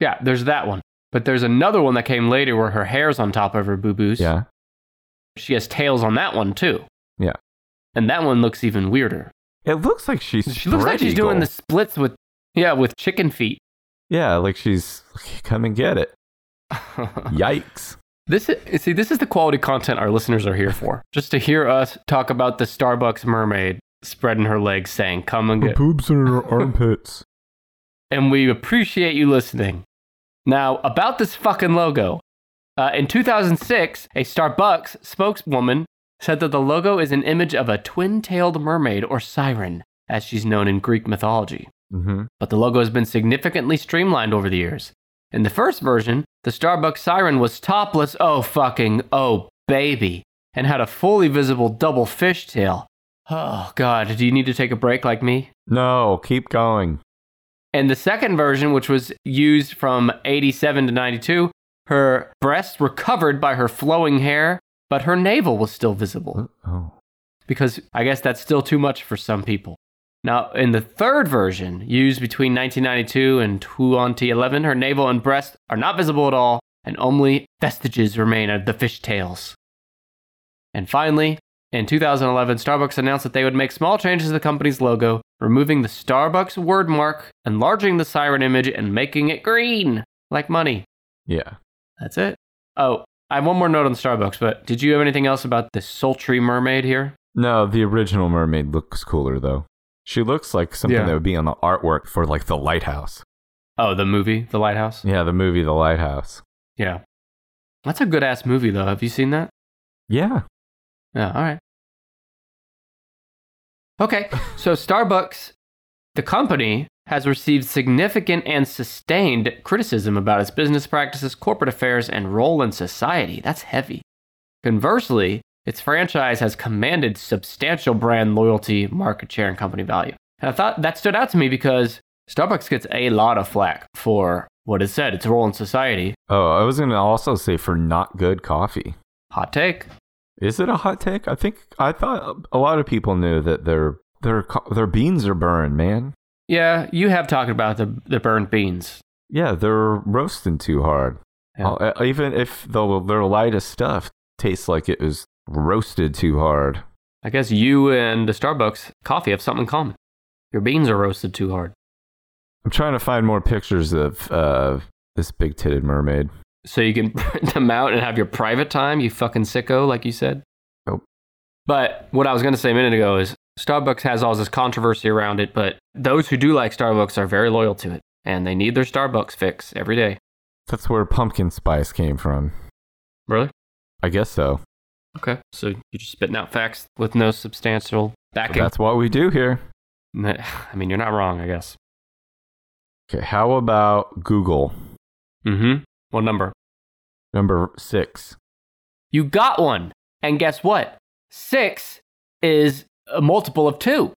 Speaker 1: Yeah, there's that one. But there's another one that came later where her hair's on top of her boo boos.
Speaker 2: Yeah.
Speaker 1: She has tails on that one too.
Speaker 2: Yeah.
Speaker 1: And that one looks even weirder.
Speaker 2: It looks like she's.
Speaker 1: She looks like she's doing the
Speaker 2: this.
Speaker 1: splits with, yeah, with chicken feet.
Speaker 2: Yeah, like she's come and get it. Yikes.
Speaker 1: this is, see, this is the quality content our listeners are here for. Just to hear us talk about the Starbucks mermaid spreading her legs, saying, "Come and
Speaker 2: Her
Speaker 1: get."
Speaker 2: boobs are in her armpits.
Speaker 1: and we appreciate you listening. Now, about this fucking logo. Uh, in 2006, a Starbucks spokeswoman said that the logo is an image of a twin tailed mermaid or siren, as she's known in Greek mythology.
Speaker 2: hmm
Speaker 1: But the logo has been significantly streamlined over the years. In the first version, the Starbucks siren was topless, oh fucking, oh baby, and had a fully visible double fishtail. Oh god, do you need to take a break like me?
Speaker 2: No, keep going.
Speaker 1: And the second version, which was used from 87 to 92, her breasts were covered by her flowing hair, but her navel was still visible
Speaker 2: Oh.
Speaker 1: because I guess that's still too much for some people. Now, in the third version, used between 1992 and 2011, her navel and breast are not visible at all, and only vestiges remain of the fishtails. And finally, in 2011, Starbucks announced that they would make small changes to the company's logo, removing the Starbucks word mark, enlarging the siren image, and making it green, like money.
Speaker 2: Yeah.
Speaker 1: That's it. Oh, I have one more note on Starbucks, but did you have anything else about the sultry mermaid here?
Speaker 2: No, the original mermaid looks cooler though. She looks like something
Speaker 1: Yeah.
Speaker 2: that would be on the artwork for like the lighthouse.
Speaker 1: Oh, the movie, The Lighthouse?
Speaker 2: Yeah, the movie The Lighthouse.
Speaker 1: Yeah. That's a good ass movie, though. Have you seen that?
Speaker 2: Yeah.
Speaker 1: Yeah, all right. Okay, so Starbucks, the company, has received significant and sustained criticism about its business practices, corporate affairs, and role in society. That's heavy. Conversely, its franchise has commanded substantial brand loyalty, market share, and company value. And I thought that stood out to me because Starbucks gets a lot of flack for what it said, its role in society.
Speaker 2: Oh, I was gonna also say for not good coffee.
Speaker 1: Hot take.
Speaker 2: Is it a hot take? I think I thought a lot of people knew that their their co- their beans are burned, man.
Speaker 1: Yeah, you have talked about the the burned beans.
Speaker 2: Yeah, they're roasting too hard.
Speaker 1: Yeah.
Speaker 2: Uh, Even if the, their lightest stuff tastes like it was roasted too hard.
Speaker 1: I guess you and the Starbucks coffee have something in common. Your beans are roasted too hard.
Speaker 2: I'm trying to find more pictures of uh, this big titted mermaid.
Speaker 1: So you can print them out and have your private time, you fucking sicko, like you said.
Speaker 2: Nope.
Speaker 1: But what I was going to say a minute ago is Starbucks has all this controversy around it, but those who do like Starbucks are very loyal to it and they need their Starbucks fix every day.
Speaker 2: That's where pumpkin spice came from.
Speaker 1: Really?
Speaker 2: I guess so.
Speaker 1: Okay. So you're just spitting out facts with no substantial backing.
Speaker 2: That's what we do here.
Speaker 1: I mean, you're not wrong, I guess.
Speaker 2: Okay, how about Google?
Speaker 1: Mm-hmm. What number?
Speaker 2: Number six.
Speaker 1: You got one. And guess what? Six is a multiple of two.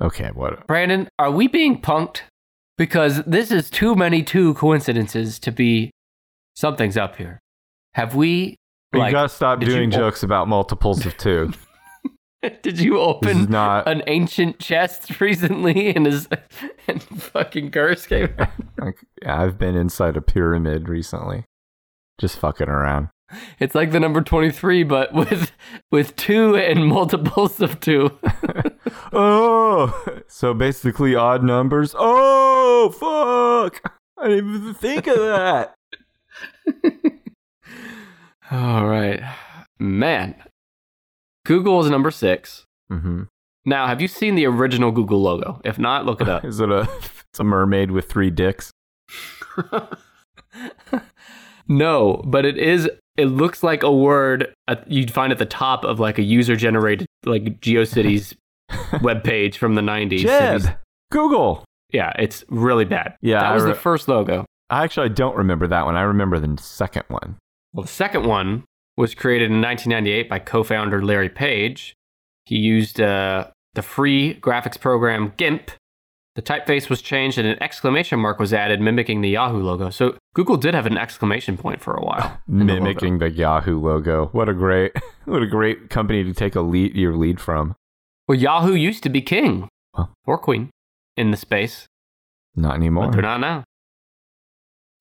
Speaker 2: Okay, what?
Speaker 1: Brandon, are we being punked? Because this is too many two coincidences to be something's up here. Have we
Speaker 2: you
Speaker 1: like
Speaker 2: gotta stop
Speaker 1: did you
Speaker 2: doing
Speaker 1: al-
Speaker 2: jokes about multiples of two.
Speaker 1: did you
Speaker 2: this
Speaker 1: open
Speaker 2: is not
Speaker 1: an ancient chest recently and his and fucking curse came out?
Speaker 2: Like, I've been inside a pyramid recently, just fucking around.
Speaker 1: It's like the number 23 but with with two and multiples of two.
Speaker 2: Oh, so basically odd numbers. Oh, fuck! I didn't even think of that.
Speaker 1: All right. Man. Google is number 6.
Speaker 2: hmm
Speaker 1: Now, have you seen the original Google logo? If not, look it up.
Speaker 2: Is it a? It's a mermaid with three dicks.
Speaker 1: no, but it is. It looks like a word at, you'd find at the top of like a user-generated like GeoCities webpage from the '90s. It's-
Speaker 2: Jed, Google.
Speaker 1: yeah, it's really bad.
Speaker 2: Yeah,
Speaker 1: that
Speaker 2: I
Speaker 1: was
Speaker 2: re-
Speaker 1: the first logo.
Speaker 2: I actually don't remember that one. I remember the second one.
Speaker 1: Well, the second one was created in 1998 by co-founder Larry Page. He used uh, the free graphics program GIMP. The typeface was changed and an exclamation mark was added, mimicking the Yahoo logo. So Google did have an exclamation point for a while. in the logo.
Speaker 2: mimicking the Yahoo logo. What a great, what a great company to take a lead your lead from.
Speaker 1: Well, Yahoo used to be king
Speaker 2: Huh.
Speaker 1: or queen in the space,
Speaker 2: Not anymore.
Speaker 1: but they're not now.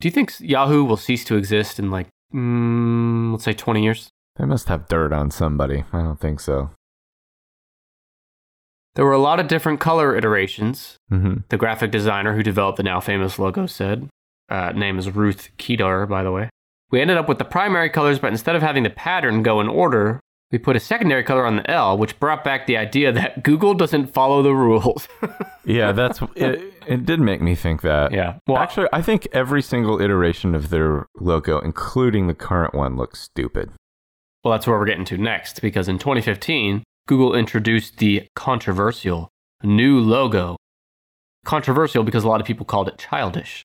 Speaker 1: Do you think s- Yahoo will cease to exist in like, mm, let's say, 20 years?
Speaker 2: They must have dirt on somebody. I don't think so.
Speaker 1: There were a lot of different color iterations.
Speaker 2: hmm
Speaker 1: The graphic designer who developed the now famous logo said, uh, name is Ruth Kedar, by the way. We ended up with the primary colors, but instead of having the pattern go in order, we put a secondary color on the L, which brought back the idea that Google doesn't follow the rules.
Speaker 2: Yeah, that's it. It did make me think that.
Speaker 1: yeah.
Speaker 2: Well,
Speaker 1: Well,
Speaker 2: actually, I think every single iteration of their logo, including the current one, looks stupid.
Speaker 1: Well, that's where we're getting to next because in 2015, Google introduced the controversial new logo. Controversial because a lot of people called it childish.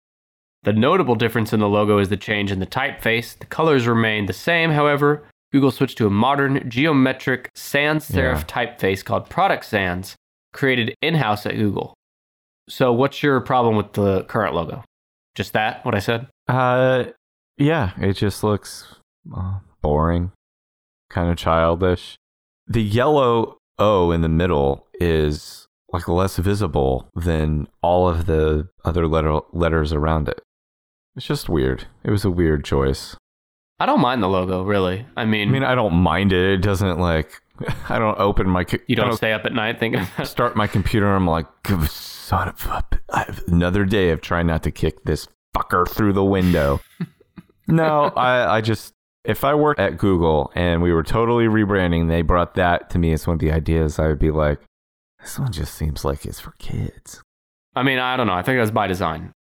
Speaker 1: The notable difference in the logo is the change in the typeface. The colors remain the same, however. Google switched to a modern geometric sans serif typeface called Product Sans, created in house at Google. So, what's your problem with the current logo? Just that, what I said?
Speaker 2: Uh, yeah, it just looks uh, boring, kind of childish. The yellow O in the middle is like less visible than all of the other letter- letters around it. It's just weird. It was a weird choice.
Speaker 1: I don't mind the logo, really. I
Speaker 2: I
Speaker 1: mean,
Speaker 2: mean, I don't mind it. It doesn't like I don't open my co-
Speaker 1: you
Speaker 2: I
Speaker 1: don't stay up at night thinking about
Speaker 2: start my computer. I'm like, "Good son of a, b- I have another day of trying not to kick this fucker through the window. no, I, I just if I worked at Google and we were totally rebranding, they brought that to me as one of the ideas. I would be like, this one just seems like it's for kids.
Speaker 1: I mean, I don't know. I think that's by design.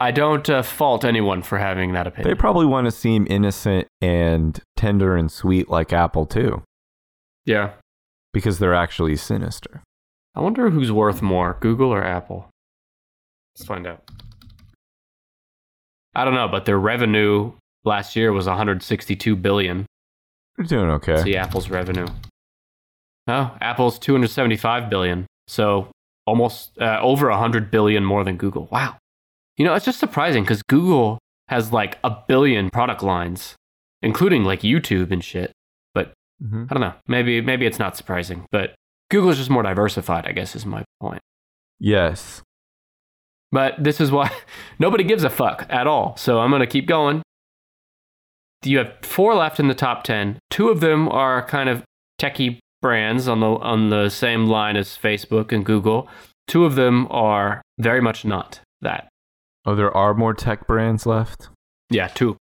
Speaker 1: I don't uh, fault anyone for having that
Speaker 2: They
Speaker 1: opinion.
Speaker 2: probably want to seem innocent and tender and sweet like Apple too,
Speaker 1: yeah.
Speaker 2: because they're actually sinister.
Speaker 1: I wonder who's worth more, Google or Apple. Let's find out. I don't know, but their revenue last year was 162 billion.
Speaker 2: They're doing okay.
Speaker 1: See Apple's revenue. Oh, Apple's 275 billion. So almost uh, over 100 billion more than Google. Wow. You know, it's just surprising because Google has like a billion product lines, including like YouTube and shit.
Speaker 2: Mhm.
Speaker 1: I don't know. Maybe maybe it's not surprising, but Google's just more diversified, I guess is my point.
Speaker 2: Yes.
Speaker 1: But this is why nobody gives a fuck at all. So I'm going to keep going. You have four left in the top 10. Two of them are kind of techie brands on the on the same line as Facebook and Google. Two of them are very much not that.
Speaker 2: Oh, there are more tech brands left.
Speaker 1: Yeah, two.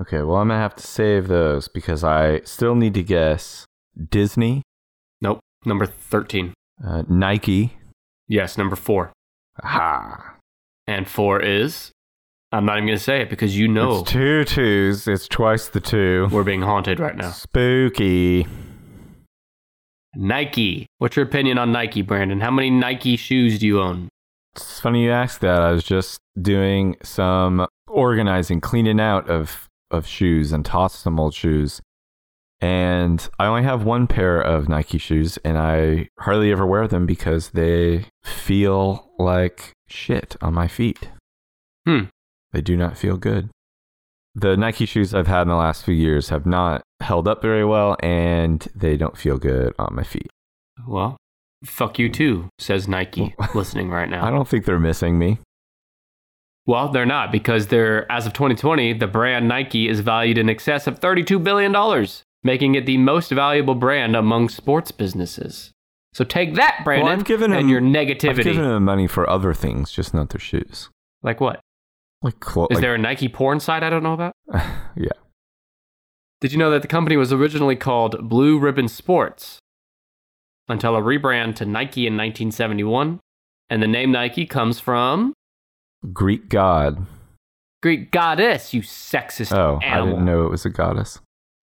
Speaker 2: Okay, well, I'm gonna have to save those because I still need to guess Disney,
Speaker 1: Nope. Number 13.
Speaker 2: uh, Nike.
Speaker 1: Yes, number 4.
Speaker 2: Ha!
Speaker 1: And 4 is I'm not even going to say it because you know
Speaker 2: It's two twos. It's twice the two.
Speaker 1: we're being haunted right now.
Speaker 2: Spooky.
Speaker 1: Nike. What's your opinion on Nike, Brandon? How many Nike shoes do you own?
Speaker 2: It's funny you ask that. I was just doing some organizing, cleaning out of, of shoes and tossed some old shoes. And I only have one pair of Nike shoes, and I hardly ever wear them because they feel like shit on my feet.
Speaker 1: Hmm.
Speaker 2: They do not feel good. The Nike shoes I've had in the last few years have not held up very well, and they don't feel good on my feet.
Speaker 1: Well, fuck you too, says Nike, listening right now.
Speaker 2: I don't think they're missing me.
Speaker 1: Well, they're not because they're as of 2020, the brand Nike is valued in excess of 32 billion dollars, making it the most valuable brand among sports businesses. So take that, Brandon,
Speaker 2: I've given
Speaker 1: and
Speaker 2: him-
Speaker 1: your
Speaker 2: I've
Speaker 1: negativity.
Speaker 2: given them money for other things, just not their shoes.
Speaker 1: like what?
Speaker 2: Like clothes.
Speaker 1: Is there a Nike porn site I don't know about?
Speaker 2: yeah.
Speaker 1: Did you know that the company was originally called Blue Ribbon Sports until a rebrand to Nike in 1971? And the name Nike comes from
Speaker 2: Greek god.
Speaker 1: Greek goddess, you sexist
Speaker 2: Oh, I
Speaker 1: animal.
Speaker 2: didn't know it was a goddess.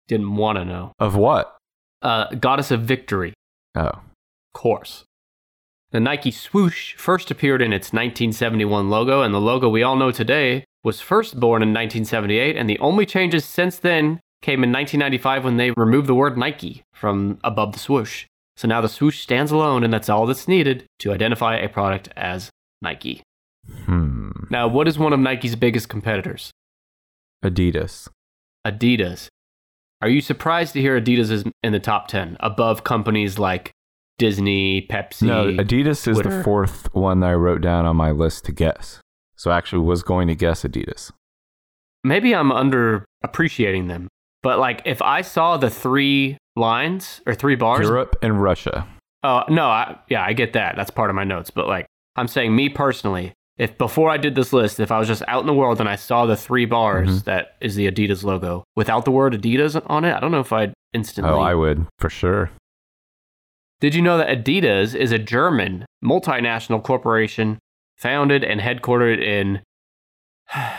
Speaker 1: Didn't want to know.
Speaker 2: Of what?
Speaker 1: Uh, goddess of victory.
Speaker 2: Oh.
Speaker 1: course. The Nike swoosh first appeared in its 1971 logo, and the logo we all know today was first born in 1978, and the only changes since then came in 1995 when they removed the word Nike from above the swoosh. So now the swoosh stands alone, and that's all that's needed to identify a product as Nike.
Speaker 2: Hmm.
Speaker 1: Now, what is one of Nike's biggest competitors?
Speaker 2: Adidas.
Speaker 1: Adidas. Are you surprised to hear Adidas is in the top 10 above companies like Disney, Pepsi?
Speaker 2: no, Adidas is
Speaker 1: Twitter.
Speaker 2: the fourth one that I wrote down on my list to guess. So I actually was going to guess Adidas.
Speaker 1: maybe I'm underappreciating them, but like if I saw the three lines or three bars,
Speaker 2: Europe and Russia.
Speaker 1: oh no, I, yeah, I get that. That's part of my notes, but like I'm saying, me personally, if before I did this list, if I was just out in the world and I saw the three bars
Speaker 2: Mm-hmm.
Speaker 1: that is the Adidas logo without the word Adidas on it, I don't know if I'd instantly.
Speaker 2: Oh, I would for sure.
Speaker 1: Did you know that Adidas is a German multinational corporation founded and headquartered in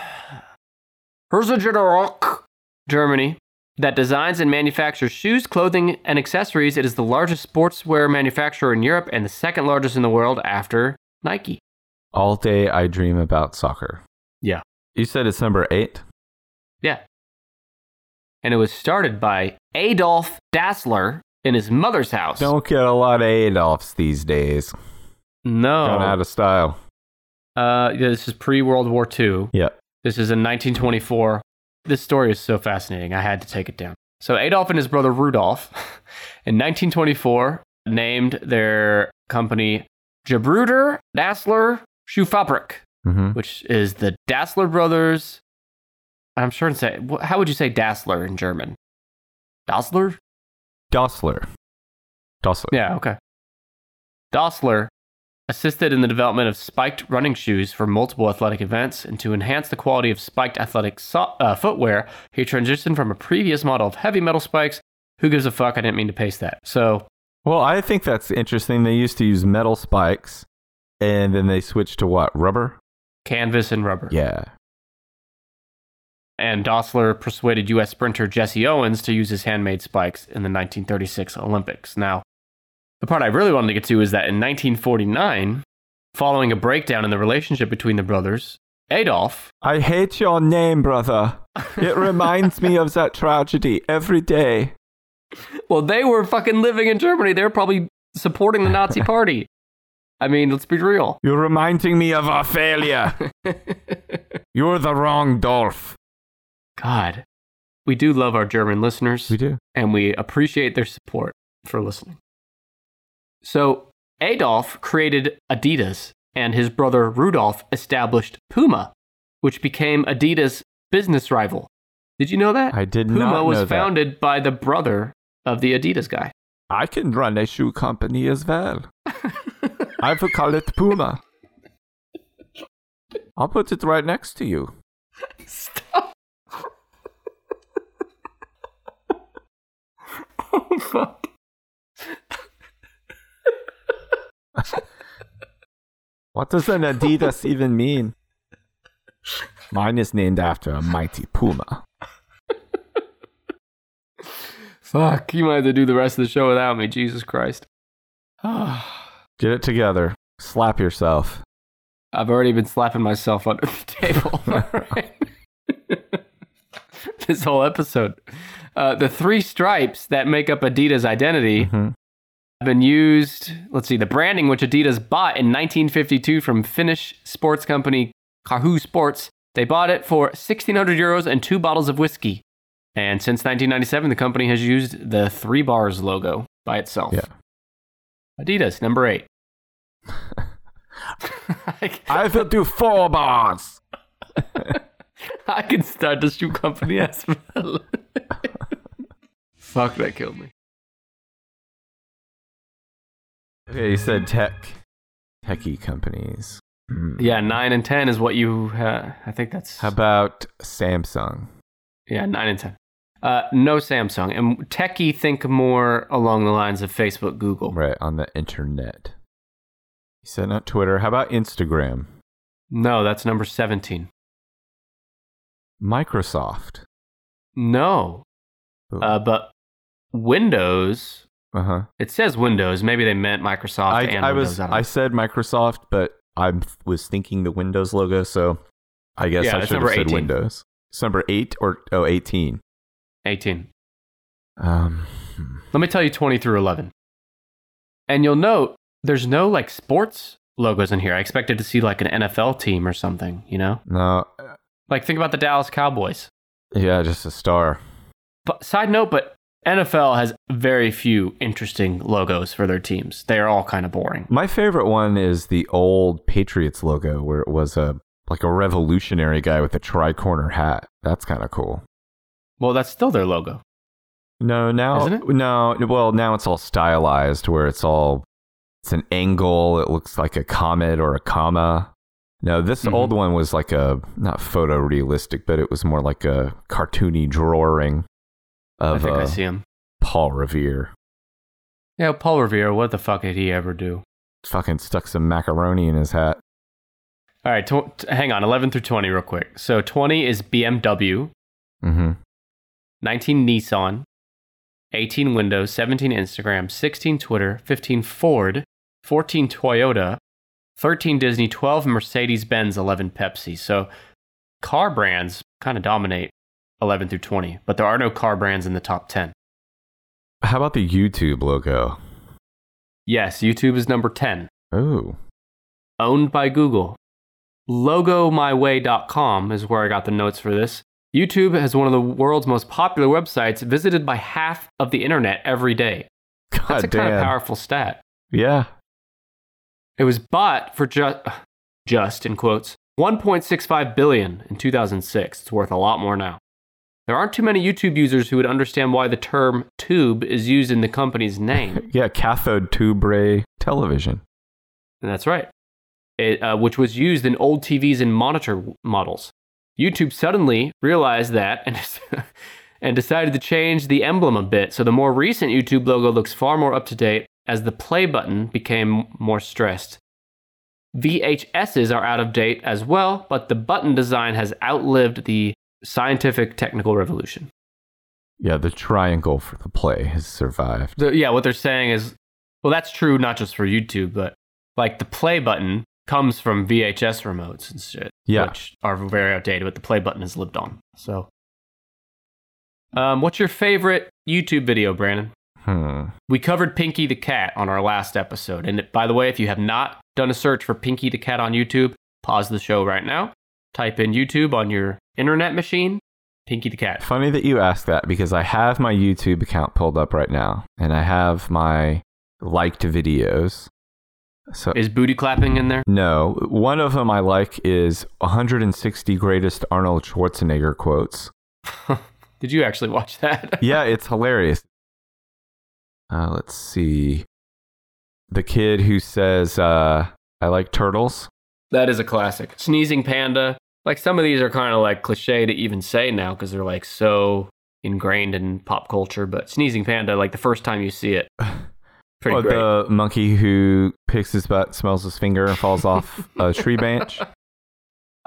Speaker 1: Herzogenaurach, Germany, that designs and manufactures shoes, clothing, and accessories? It is the largest sportswear manufacturer in Europe and the second largest in the world after Nike.
Speaker 2: All day I dream about soccer.
Speaker 1: Yeah.
Speaker 2: You said it's number eight.
Speaker 1: Yeah. And it was started by Adolf Dassler in his mother's house.
Speaker 2: Don't get a lot of Adolfs these days.
Speaker 1: no.
Speaker 2: Gone out of style.
Speaker 1: uh, yeah, this is pre World War II.
Speaker 2: Yep.
Speaker 1: This is in 1924. This story is so fascinating. I had to take it down. So Adolf and his brother Rudolf, in 1924, named their company Jabruder Dassler Schuhfabrik,
Speaker 2: Mm-hmm.
Speaker 1: which is the Dassler brothers. I'm sure to say, wh- how would you say Dassler in German? Dassler?
Speaker 2: Dossler. Dossler.
Speaker 1: Yeah, okay. Dossler assisted in the development of spiked running shoes for multiple athletic events, and to enhance the quality of spiked athletic so- uh, footwear, he transitioned from a previous model of heavy metal spikes. Who gives a fuck? I didn't mean to paste that. So,
Speaker 2: Well, I think that's interesting. They used to use metal spikes and then they switched to what? Rubber?
Speaker 1: canvas and rubber.
Speaker 2: Yeah.
Speaker 1: And Dossler persuaded U.S. sprinter Jesse Owens to use his handmade spikes in the 1936 Olympics. Now, the part I really wanted to get to is that in 1949, following a breakdown in the relationship between the brothers, Adolf
Speaker 2: I hate your name, brother. It reminds me of that tragedy every day.
Speaker 1: Well, they were fucking living in Germany. They were probably supporting the Nazi party. I mean, let's be real.
Speaker 2: You're reminding me of our failure. You're the wrong Dolph.
Speaker 1: God, we do love our German listeners
Speaker 2: We do.
Speaker 1: and we appreciate their support for listening. So, Adolf created Adidas, and his brother Rudolf established Puma, which became Adidas' business rival. Did you know that?
Speaker 2: I did
Speaker 1: Puma
Speaker 2: not
Speaker 1: was
Speaker 2: know that.
Speaker 1: founded by the brother of the Adidas guy.
Speaker 2: I can run a shoe company as well. I will call it Puma. I'll put it right next to you.
Speaker 1: Stop. oh, fuck.
Speaker 2: What does an Adidas even mean? Mine is named after a mighty puma.
Speaker 1: Fuck, you might have to do the rest of the show without me. Jesus Christ.
Speaker 2: Ah.
Speaker 1: I've
Speaker 2: Get it together. Slap yourself.
Speaker 1: already been slapping myself under the table. this whole episode. Uh, the three stripes that make up Adidas' identity
Speaker 2: Mhm.
Speaker 1: have been used. Let's see, the branding which Adidas bought in 1952 from Finnish sports company Kahoo Sports. They bought it for 1,600 euros and two bottles of whiskey. And since 1997, the company has used the three bars logo by itself.
Speaker 2: Yeah.
Speaker 1: Adidas, number eight. I,
Speaker 2: I will do four bars.
Speaker 1: I can start the shoe company as well. Fuck, that killed me.
Speaker 2: Okay, you said tech, techie companies. Hmm.
Speaker 1: Yeah, nine and ten is what you. Uh, I think that's.
Speaker 2: How about Samsung?
Speaker 1: yeah, nine and ten. Uh, no Samsung and techie. Think more along the lines of Facebook, Google.
Speaker 2: Right on the internet. You said not Twitter. How about Instagram?
Speaker 1: No, that's number seventeen.
Speaker 2: Microsoft.
Speaker 1: No, uh, but Windows.
Speaker 2: huh.
Speaker 1: It says Windows. Maybe they meant Microsoft
Speaker 2: Uh-huh. I,
Speaker 1: and
Speaker 2: I
Speaker 1: Windows.
Speaker 2: was
Speaker 1: don't
Speaker 2: I
Speaker 1: know.
Speaker 2: said Microsoft, but I was thinking the Windows logo, so I guess
Speaker 1: Yeah,
Speaker 2: I
Speaker 1: that's
Speaker 2: should have
Speaker 1: number
Speaker 2: said
Speaker 1: 18.
Speaker 2: Windows. It's number eight or oh 18.
Speaker 1: eighteen.
Speaker 2: Um, hmm.
Speaker 1: Let me tell you 20 through 11. And you'll note there's no like sports logos in here. I expected to see like an NFL team or something, you know?
Speaker 2: no, uh,
Speaker 1: Like think about the Dallas Cowboys.
Speaker 2: yeah, just a star.
Speaker 1: But side note, but NFL has very few interesting logos for their teams. They are all kind of boring.
Speaker 2: My favorite one is the old Patriots logo, where it was a like a revolutionary guy with a tricorner hat. That's kind of cool.
Speaker 1: Well, that's still their logo.
Speaker 2: No, now
Speaker 1: Isn't it?
Speaker 2: no, well, now it's all stylized where it's all it's an angle. It looks like a comet or a comma. No, this
Speaker 1: Mhm.
Speaker 2: old one was like a not photorealistic, but it was more like a cartoony drawing
Speaker 1: I
Speaker 2: of
Speaker 1: think I
Speaker 2: uh,
Speaker 1: see him.
Speaker 2: Paul Revere.
Speaker 1: Yeah, Paul Revere, what the fuck did he ever do?
Speaker 2: Fucking stuck some macaroni in his hat.
Speaker 1: All right, tw- t- hang on. 11 through 20 real quick. So 20 is BMW,
Speaker 2: Mm-hmm.
Speaker 1: 19 Nissan, 18 Windows, 17 Instagram, 16 Twitter, 15 Ford, 14 Toyota, 13 Disney, 12 Mercedes Benz, 11 Pepsi. So car brands kind of dominate 11 through 20, but there are no car brands in the top 10.
Speaker 2: How about the YouTube logo?
Speaker 1: Yes, YouTube is number 10,
Speaker 2: Oh,
Speaker 1: owned by Google. Logomyway.com is where I got the notes for this. YouTube has one of the world's most popular websites visited by half of the internet every day.
Speaker 2: god
Speaker 1: That's a
Speaker 2: damn!
Speaker 1: kind of powerful stat.
Speaker 2: yeah,
Speaker 1: It was bought for just just in quotes 1.65 billion in 2006. It's worth a lot more now. There aren't too many YouTube users who would understand why the term tube is used in the company's name.
Speaker 2: yeah. Cathode tube ray television.
Speaker 1: and that's right. It, uh, which was used in old TVs and monitor w- models. YouTube suddenly realized that and and decided to change the emblem a bit. So the more recent YouTube logo looks far more up to date as the play button became more stressed. VHSs are out of date as well, but the button design has outlived the scientific technical revolution.
Speaker 2: Yeah, the triangle for the play has survived.
Speaker 1: The- yeah, what they're saying is, well, that's true not just for YouTube, but like the play button comes from VHS remotes and shit,
Speaker 2: Yeah.
Speaker 1: which are very outdated. But the play button has lived on. So, um, what's your favorite YouTube video, Brandon?
Speaker 2: Hmm.
Speaker 1: We covered Pinky the Cat on our last episode, and by the way, if you have not done a search for Pinky the Cat on YouTube, pause the show right now. Type in YouTube on your internet machine, Pinky the Cat.
Speaker 2: Funny that you ask that because I have my YouTube account pulled up right now and I have my liked videos. So
Speaker 1: Is booty clapping in there?
Speaker 2: no, one of them I like is 160 greatest Arnold Schwarzenegger quotes.
Speaker 1: Did you actually watch that?
Speaker 2: Yeah, it's hilarious. Uh, let's see. The kid who says, uh, I like turtles.
Speaker 1: That is a classic. Sneezing Panda. Like some of these are kind of like cliche to even say now because they're like so ingrained in pop culture. But Sneezing Panda, like the first time you see it, pretty
Speaker 2: or
Speaker 1: great.
Speaker 2: Oh, the monkey who picks his butt, smells his finger, and falls off a tree branch.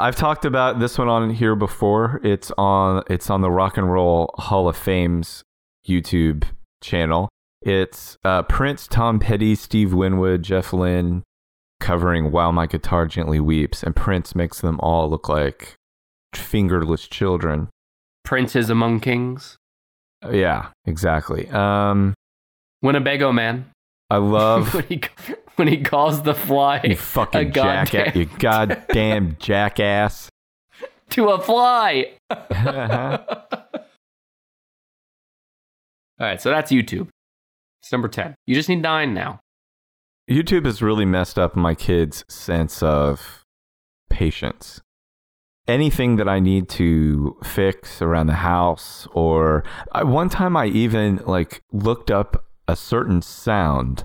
Speaker 2: I've talked about this one on here before. It's on it's on the Rock and Roll Hall of Fame's YouTube channel. It's uh, Prince, Tom Petty, Steve Winwood, Jeff Lynne covering "While My Guitar Gently Weeps," and Prince makes them all look like fingerless children.
Speaker 1: Princes Among Kings,
Speaker 2: Yeah, exactly. Um,
Speaker 1: Winnebago Man.
Speaker 2: I love
Speaker 1: when, he, when he calls the fly
Speaker 2: you fucking
Speaker 1: a goddamn-
Speaker 2: jackass, you goddamn jackass.
Speaker 1: to a fly.
Speaker 2: Uh-huh.
Speaker 1: All right, so that's YouTube. It's number 10. You just need nine now.
Speaker 2: YouTube has really messed up my kids' sense of patience. Anything that I need to fix around the house, or I, one time I even like looked up a certain sound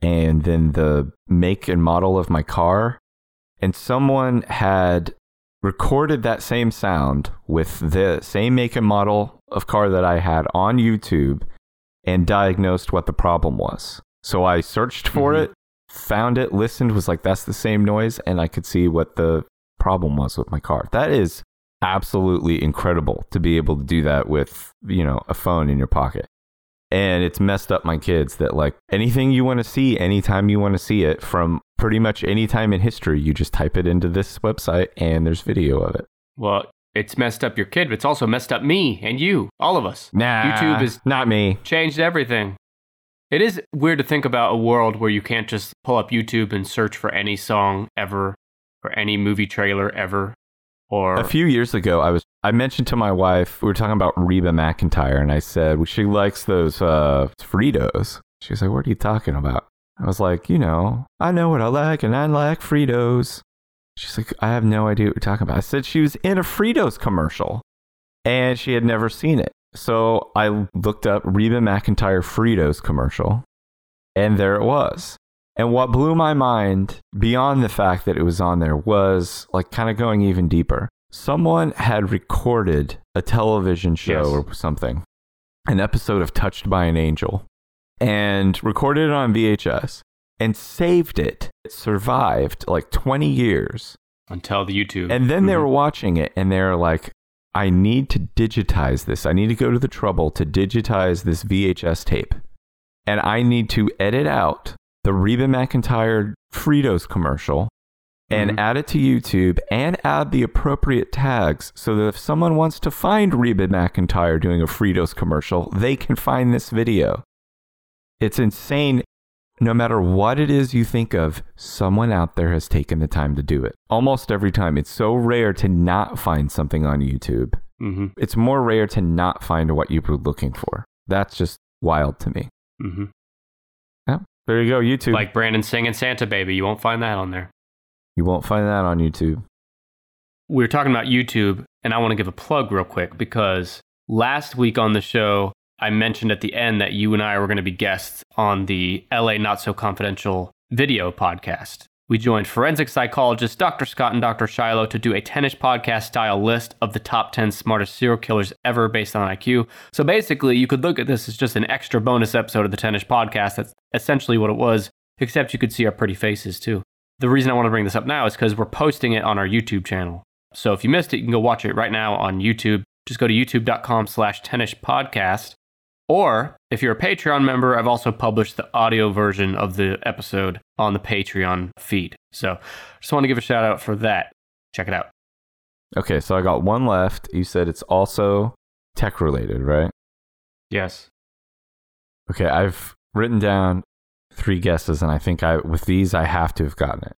Speaker 2: and then the make and model of my car, and someone had recorded that same sound with the same make and model of car that I had on YouTube and diagnosed what the problem was. So I searched for
Speaker 1: Mhm.
Speaker 2: it, found it, listened, was like, that's the same noise, and I could see what the problem was with my car. That is absolutely incredible to be able to do that with, you know, a phone in your pocket. And it's messed up my kids that like anything you want to see, anytime you want to see it from pretty much any time in history, you just type it into this website and there's video of it.
Speaker 1: Well, it's messed up your kid, but it's also messed up me and you, all of us.
Speaker 2: Nah,
Speaker 1: YouTube is-
Speaker 2: not me.
Speaker 1: Changed everything. It is weird to think about a world where you can't just pull up YouTube and search for any song ever or any movie trailer ever or
Speaker 2: A few years ago, I was I mentioned to my wife we were talking about Reba McIntyre, and I said well, she likes those uh, Fritos. She was like, "What are you talking about?" I was like, "You know, I know what I like, and I like Fritos." She's like, "I have no idea what you're talking about." I said she was in a Fritos commercial, and she had never seen it. So I looked up Reba McIntyre Fritos commercial, and there it was. And what blew my mind beyond the fact that it was on there was like kind of going even deeper. Someone had recorded a television show
Speaker 1: Yes.
Speaker 2: or something, an episode of Touched by an Angel, and recorded it on VHS and saved it. It survived like 20 years.
Speaker 1: until the YouTube.
Speaker 2: And then they
Speaker 1: Mhm.
Speaker 2: were watching it and they're like, I need to digitize this. I need to go to the trouble to digitize this VHS tape. And I need to edit out the Reba McIntyre Fritos commercial and
Speaker 1: Mhm.
Speaker 2: add it to YouTube and add the appropriate tags so that if someone wants to find Reba McIntyre doing a Fritos commercial, they can find this video. It's insane. No matter what it is you think of, someone out there has taken the time to do it. Almost every time. It's so rare to not find something on YouTube.
Speaker 1: Mhm,
Speaker 2: It's more rare to not find what you were looking for. That's just wild to me.
Speaker 1: mhm.
Speaker 2: There you go, YouTube.
Speaker 1: Like Brandon singing Santa Baby, you won't find that on there.
Speaker 2: you won't find that on YouTube.
Speaker 1: we were talking about YouTube, and I want to give a plug real quick because last week on the show, I mentioned at the end that you and I were going to be guests on the LA Not So Confidential video podcast. We joined forensic psychologist Dr. Scott and Dr. Shiloh to do a tennis podcast style list of the top 10 smartest serial killers ever based on IQ. So basically, you could look at this as just an extra bonus episode of the tennis podcast. That's essentially what it was, except you could see our pretty faces too. The reason I want to bring this up now is because we're posting it on our YouTube channel. So if you missed it, you can go watch it right now on YouTube. Just go to youtube.com slash tennis podcast. Or if you're a Patreon member, I've also published the audio version of the episode on the Patreon feed. So just want to give a shout out for that. Check it out.
Speaker 2: Okay, so I got one left. You said it's also tech related, right?
Speaker 1: Yes.
Speaker 2: Okay, I've written down three guesses, and I think I with these I have to have gotten it.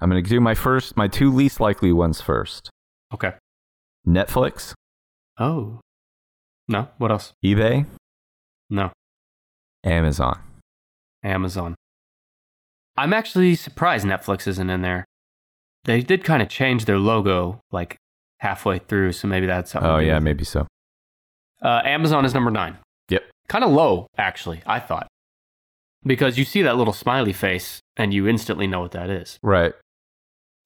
Speaker 2: I'm gonna do my first, my two least likely ones first.
Speaker 1: Okay.
Speaker 2: Netflix,
Speaker 1: Oh. No. What else?
Speaker 2: eBay,
Speaker 1: No.
Speaker 2: Amazon.
Speaker 1: Amazon. I'm actually surprised Netflix isn't in there. They did kind of change their logo like halfway through, so maybe that's something.
Speaker 2: Oh
Speaker 1: to do
Speaker 2: yeah,
Speaker 1: with it.
Speaker 2: maybe so.
Speaker 1: Uh, Amazon is number nine.
Speaker 2: Yep.
Speaker 1: Kind of low, actually, I thought. Because you see that little smiley face and you instantly know what that is.
Speaker 2: Right.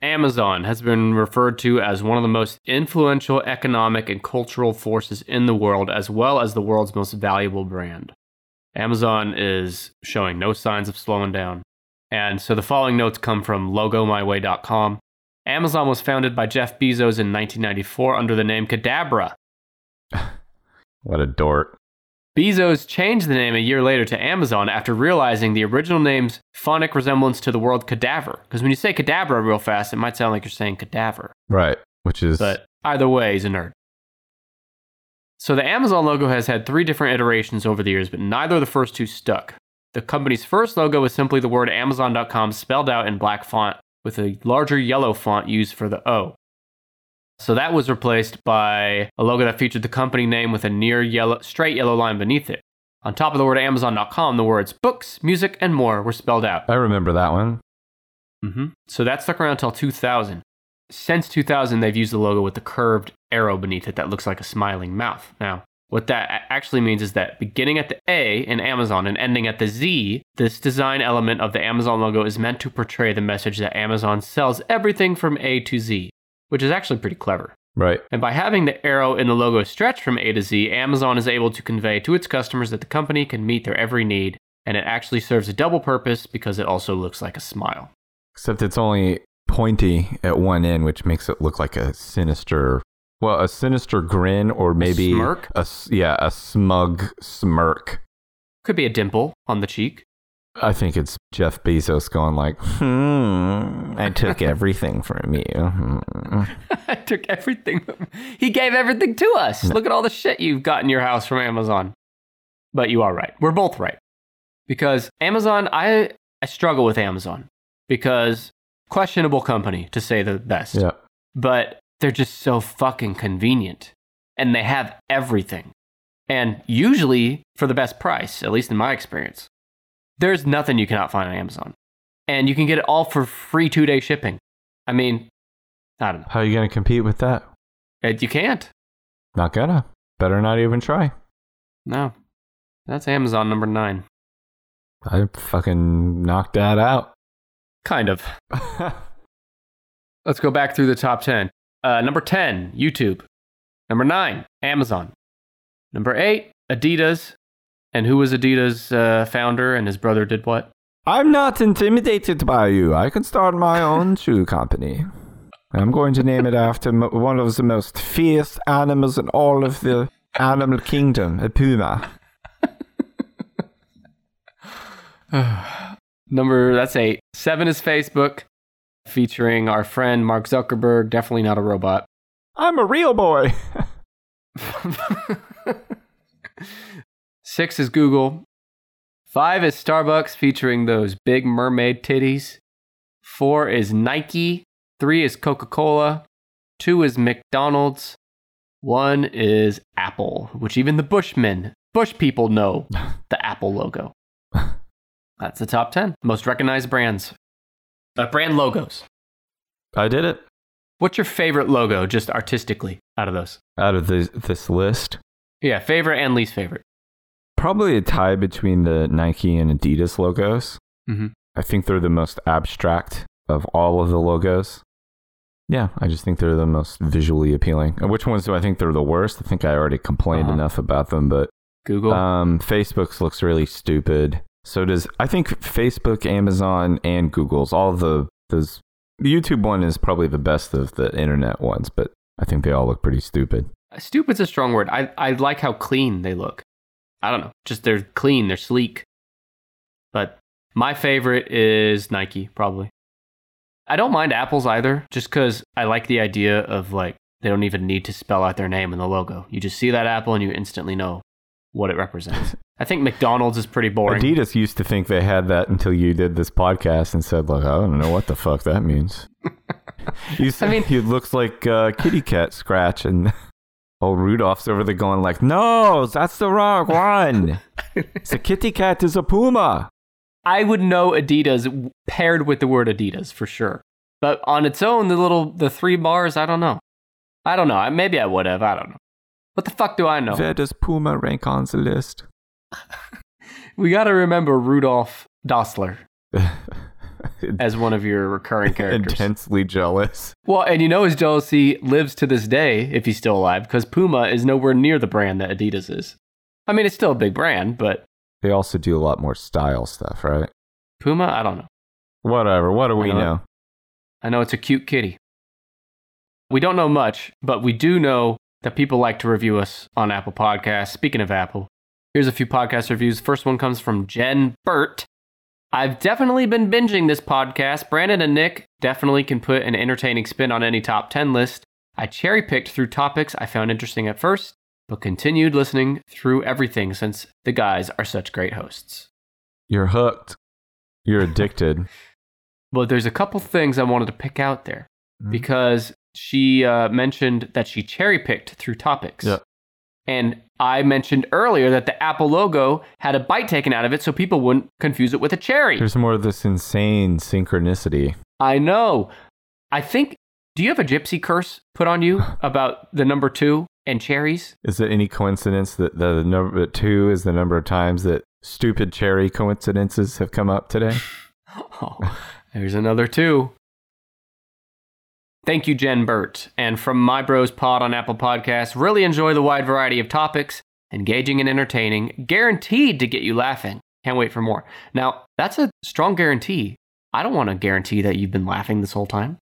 Speaker 1: Amazon has been referred to as one of the most influential economic and cultural forces in the world, as well as the world's most valuable brand. Amazon is showing no signs of slowing down. And so the following notes come from logomyway.com, Amazon was founded by Jeff Bezos in 1994 under the name Cadabra.
Speaker 2: What a dork.
Speaker 1: Bezos changed the name a year later to Amazon after realizing the original name's phonic resemblance to the word cadaver. Because when you say cadabra real fast, it might sound like you're saying cadaver.
Speaker 2: Right. Which is
Speaker 1: But either way, he's a nerd. So the Amazon logo has had three different iterations over the years, but neither of the first two stuck. The company's first logo was simply the word Amazon.com spelled out in black font with a larger yellow font used for the O. So that was replaced by a logo that featured the company name with a near yellow, straight yellow line beneath it. On top of the word Amazon.com, the words books, music, and more were spelled out.
Speaker 2: I remember that one.
Speaker 1: hmm So that stuck around until 2000. Since 2000, they've used the logo with the curved arrow beneath it that looks like a smiling mouth. Now, what that a- actually means is that beginning at the A in Amazon and ending at the Z, this design element of the Amazon logo is meant to portray the message that Amazon sells everything from A to Z, which is actually pretty clever.
Speaker 2: Right.
Speaker 1: And by having the arrow in the logo stretched from A to Z, Amazon is able to convey to its customers that the company can meet their every need, and it actually serves a double purpose because it also looks like a smile.
Speaker 2: Except it's only pointy at one end, which makes it look like a sinister, well, a sinister grin or maybe
Speaker 1: smirk?
Speaker 2: a s- yeah, a smug smirk.
Speaker 1: Could be a dimple on the cheek.
Speaker 2: I think it's Jeff Bezos going like, "Hmm, I took everything from you." Hmm."
Speaker 1: I took everything. He gave everything to us. Look at all the shit you've got in your house from Amazon. But you are right. We're both right. Because Amazon, I, I struggle with Amazon because questionable company, to say the best.
Speaker 2: Yeah.
Speaker 1: But they're just so fucking convenient and they have everything. And usually for the best price, at least in my experience. There's nothing you cannot find on Amazon. And you can get it all for free two day shipping. I mean, I don't know.
Speaker 2: How are you gonna compete with that?
Speaker 1: Uh, You can't.
Speaker 2: Not gonna. Better not even try.
Speaker 1: No. That's Amazon number nine.
Speaker 2: I fucking knocked that out.
Speaker 1: Kind of. Let's go back through the top 10. Uh, number 10, YouTube. Number 9, Amazon. Number 8, Adidas. And who was Adidas' uh, founder and his brother did what?
Speaker 2: I'm not intimidated by you. I can start my own shoe company. I'm going to name it after m- one of the most fierce animals in all of the animal kingdom, a puma.
Speaker 1: Number, that's 8. 7 is Facebook, featuring our friend Mark Zuckerberg, definitely not a robot.
Speaker 2: I'm a real boy.
Speaker 1: Six is Google. Five is Starbucks featuring those big mermaid titties. Four is Nike. Three is Coca Cola. Two is McDonald's. One is Apple, which even the Bushmen, Bush people know the Apple logo. That's the top 10 most recognized brands. Uh, brand logos.
Speaker 2: I did it.
Speaker 1: What's your favorite logo, just artistically, out of those?
Speaker 2: Out of this, this list,
Speaker 1: Yeah, favorite and least favorite.
Speaker 2: probably a tie between the Nike and Adidas logos.
Speaker 1: Mhm.
Speaker 2: I think they're the most abstract of all of the logos. Yeah, I just think they're the most visually appealing. And which ones do I think they're the worst? I think I already complained
Speaker 1: Uh-huh.
Speaker 2: enough about them, but
Speaker 1: Google.
Speaker 2: Um, Facebook's looks really stupid. So does I think Facebook, Amazon, and Google's all the those. The YouTube one is probably the best of the internet ones, but I think they all look pretty stupid.
Speaker 1: Stupid's a strong word. I, I like how clean they look. I don't know. Just they're clean, they're sleek. But my favorite is Nike, probably. I don't mind Apple's either, just because I like the idea of like they don't even need to spell out their name in the logo. You just see that Apple and you instantly know what it represents. I think McDonald's is pretty boring.
Speaker 2: Adidas used to think they had that until you did this podcast and said, "Look, I don't know what the fuck that means." you said,
Speaker 1: I mean-
Speaker 2: it looks like uh, kitty cat scratch, and old Rudolph's over there going like, "No, that's the wrong one. it's a kitty cat. Is a puma."
Speaker 1: I would know Adidas w- paired with the word Adidas for sure. But on its own, the little the three bars, I don't know. I don't know. I- Maybe I would have. I don't know. What the fuck do I know?
Speaker 2: Where does puma rank on the list?
Speaker 1: We got to remember Rudolf Dossler
Speaker 2: Int-
Speaker 1: as one of your recurring characters.
Speaker 2: intensely jealous.
Speaker 1: Well, and you know his jealousy lives to this day if he's still alive because Puma is nowhere near the brand that Adidas is. I mean, it's still a big brand, but
Speaker 2: They also do a lot more style stuff, right?
Speaker 1: Puma, I don't know.
Speaker 2: Whatever. What do we
Speaker 1: Uh-huh.
Speaker 2: know?
Speaker 1: I know it's a cute kitty. We don't know much, but we do know that people like to review us on Apple Podcasts. Speaking of Apple, here's a few podcast reviews. First one comes from Jen Burt. I've definitely been binging this podcast. Brandon and Nick definitely can put an entertaining spin on any top 10 list. I cherry picked through topics I found interesting at first, but continued listening through everything since the guys are such great hosts.
Speaker 2: You're hooked. You're addicted.
Speaker 1: But there's a couple things I wanted to pick out there
Speaker 2: Mhm.
Speaker 1: because she uh, mentioned that she cherry picked through topics.
Speaker 2: Yeah.
Speaker 1: And I mentioned earlier that the Apple logo had a bite taken out of it so people wouldn't confuse it with a cherry.
Speaker 2: There's more of this insane synchronicity.
Speaker 1: I know. I think. Do you have a gypsy curse put on you about the number two and cherries?
Speaker 2: Is it any coincidence that the number two is the number of times that stupid cherry coincidences have come up today?
Speaker 1: Oh, there's another two. Thank you, Jen Burt. And from My Bros Pod on Apple Podcasts, really enjoy the wide variety of topics, engaging and entertaining, guaranteed to get you laughing. Can't wait for more. Now, that's a strong guarantee. I don't want to guarantee that you've been laughing this whole time.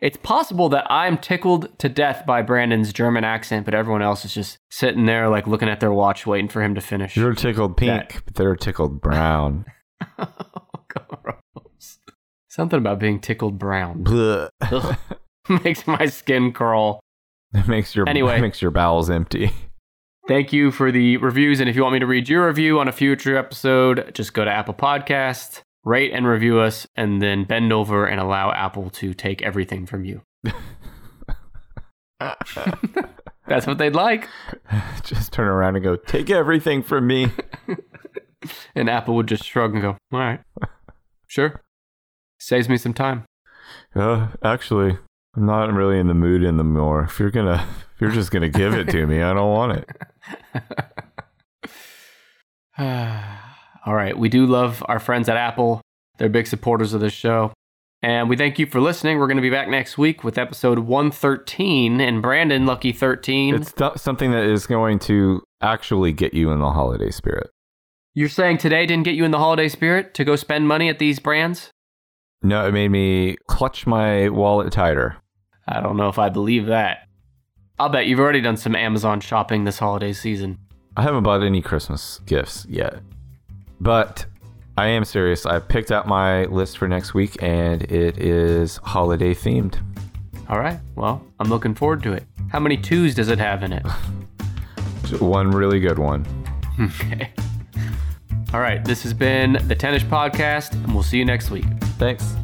Speaker 1: It's possible that I'm tickled to death by Brandon's German accent, but everyone else is just sitting there, like looking at their watch, waiting for him to finish.
Speaker 2: You're tickled pink, but they're tickled brown.
Speaker 1: Gross. Something about being tickled brown
Speaker 2: Blech.
Speaker 1: Ugh. makes my skin crawl.
Speaker 2: It makes your
Speaker 1: Anyway.
Speaker 2: makes your bowels empty.
Speaker 1: Thank you for the reviews. And if you want me to read your review on a future episode, just go to Apple Podcasts, rate and review us, and then bend over and allow Apple to take everything from you. That's what they'd like.
Speaker 2: Just turn around and go, take everything from me.
Speaker 1: And Apple would just shrug and go, All right, sure. Saves me some time.
Speaker 2: Uh, actually, I'm not really in the mood anymore. If you're gonna, if you're just gonna give it to me, I don't want it.
Speaker 1: All right. We do love our friends at Apple. They're big supporters of this show. And we thank you for listening. We're going to be back next week with episode 113 and Brandon Lucky 13.
Speaker 2: It's th- something that is going to actually get you in the holiday spirit.
Speaker 1: You're saying today didn't get you in the holiday spirit to go spend money at these brands?
Speaker 2: No, it made me clutch my wallet tighter.
Speaker 1: I don't know if I believe that. I'll bet you've already done some Amazon shopping this holiday season.
Speaker 2: I haven't bought any Christmas gifts yet, but I am serious. I picked out my list for next week, and it is holiday themed.
Speaker 1: All right. Well, I'm looking forward to it. How many twos does it have in it?
Speaker 2: One really good one.
Speaker 1: okay. All right. This has been the Tennis Podcast, and we'll see you next week.
Speaker 2: Thanks.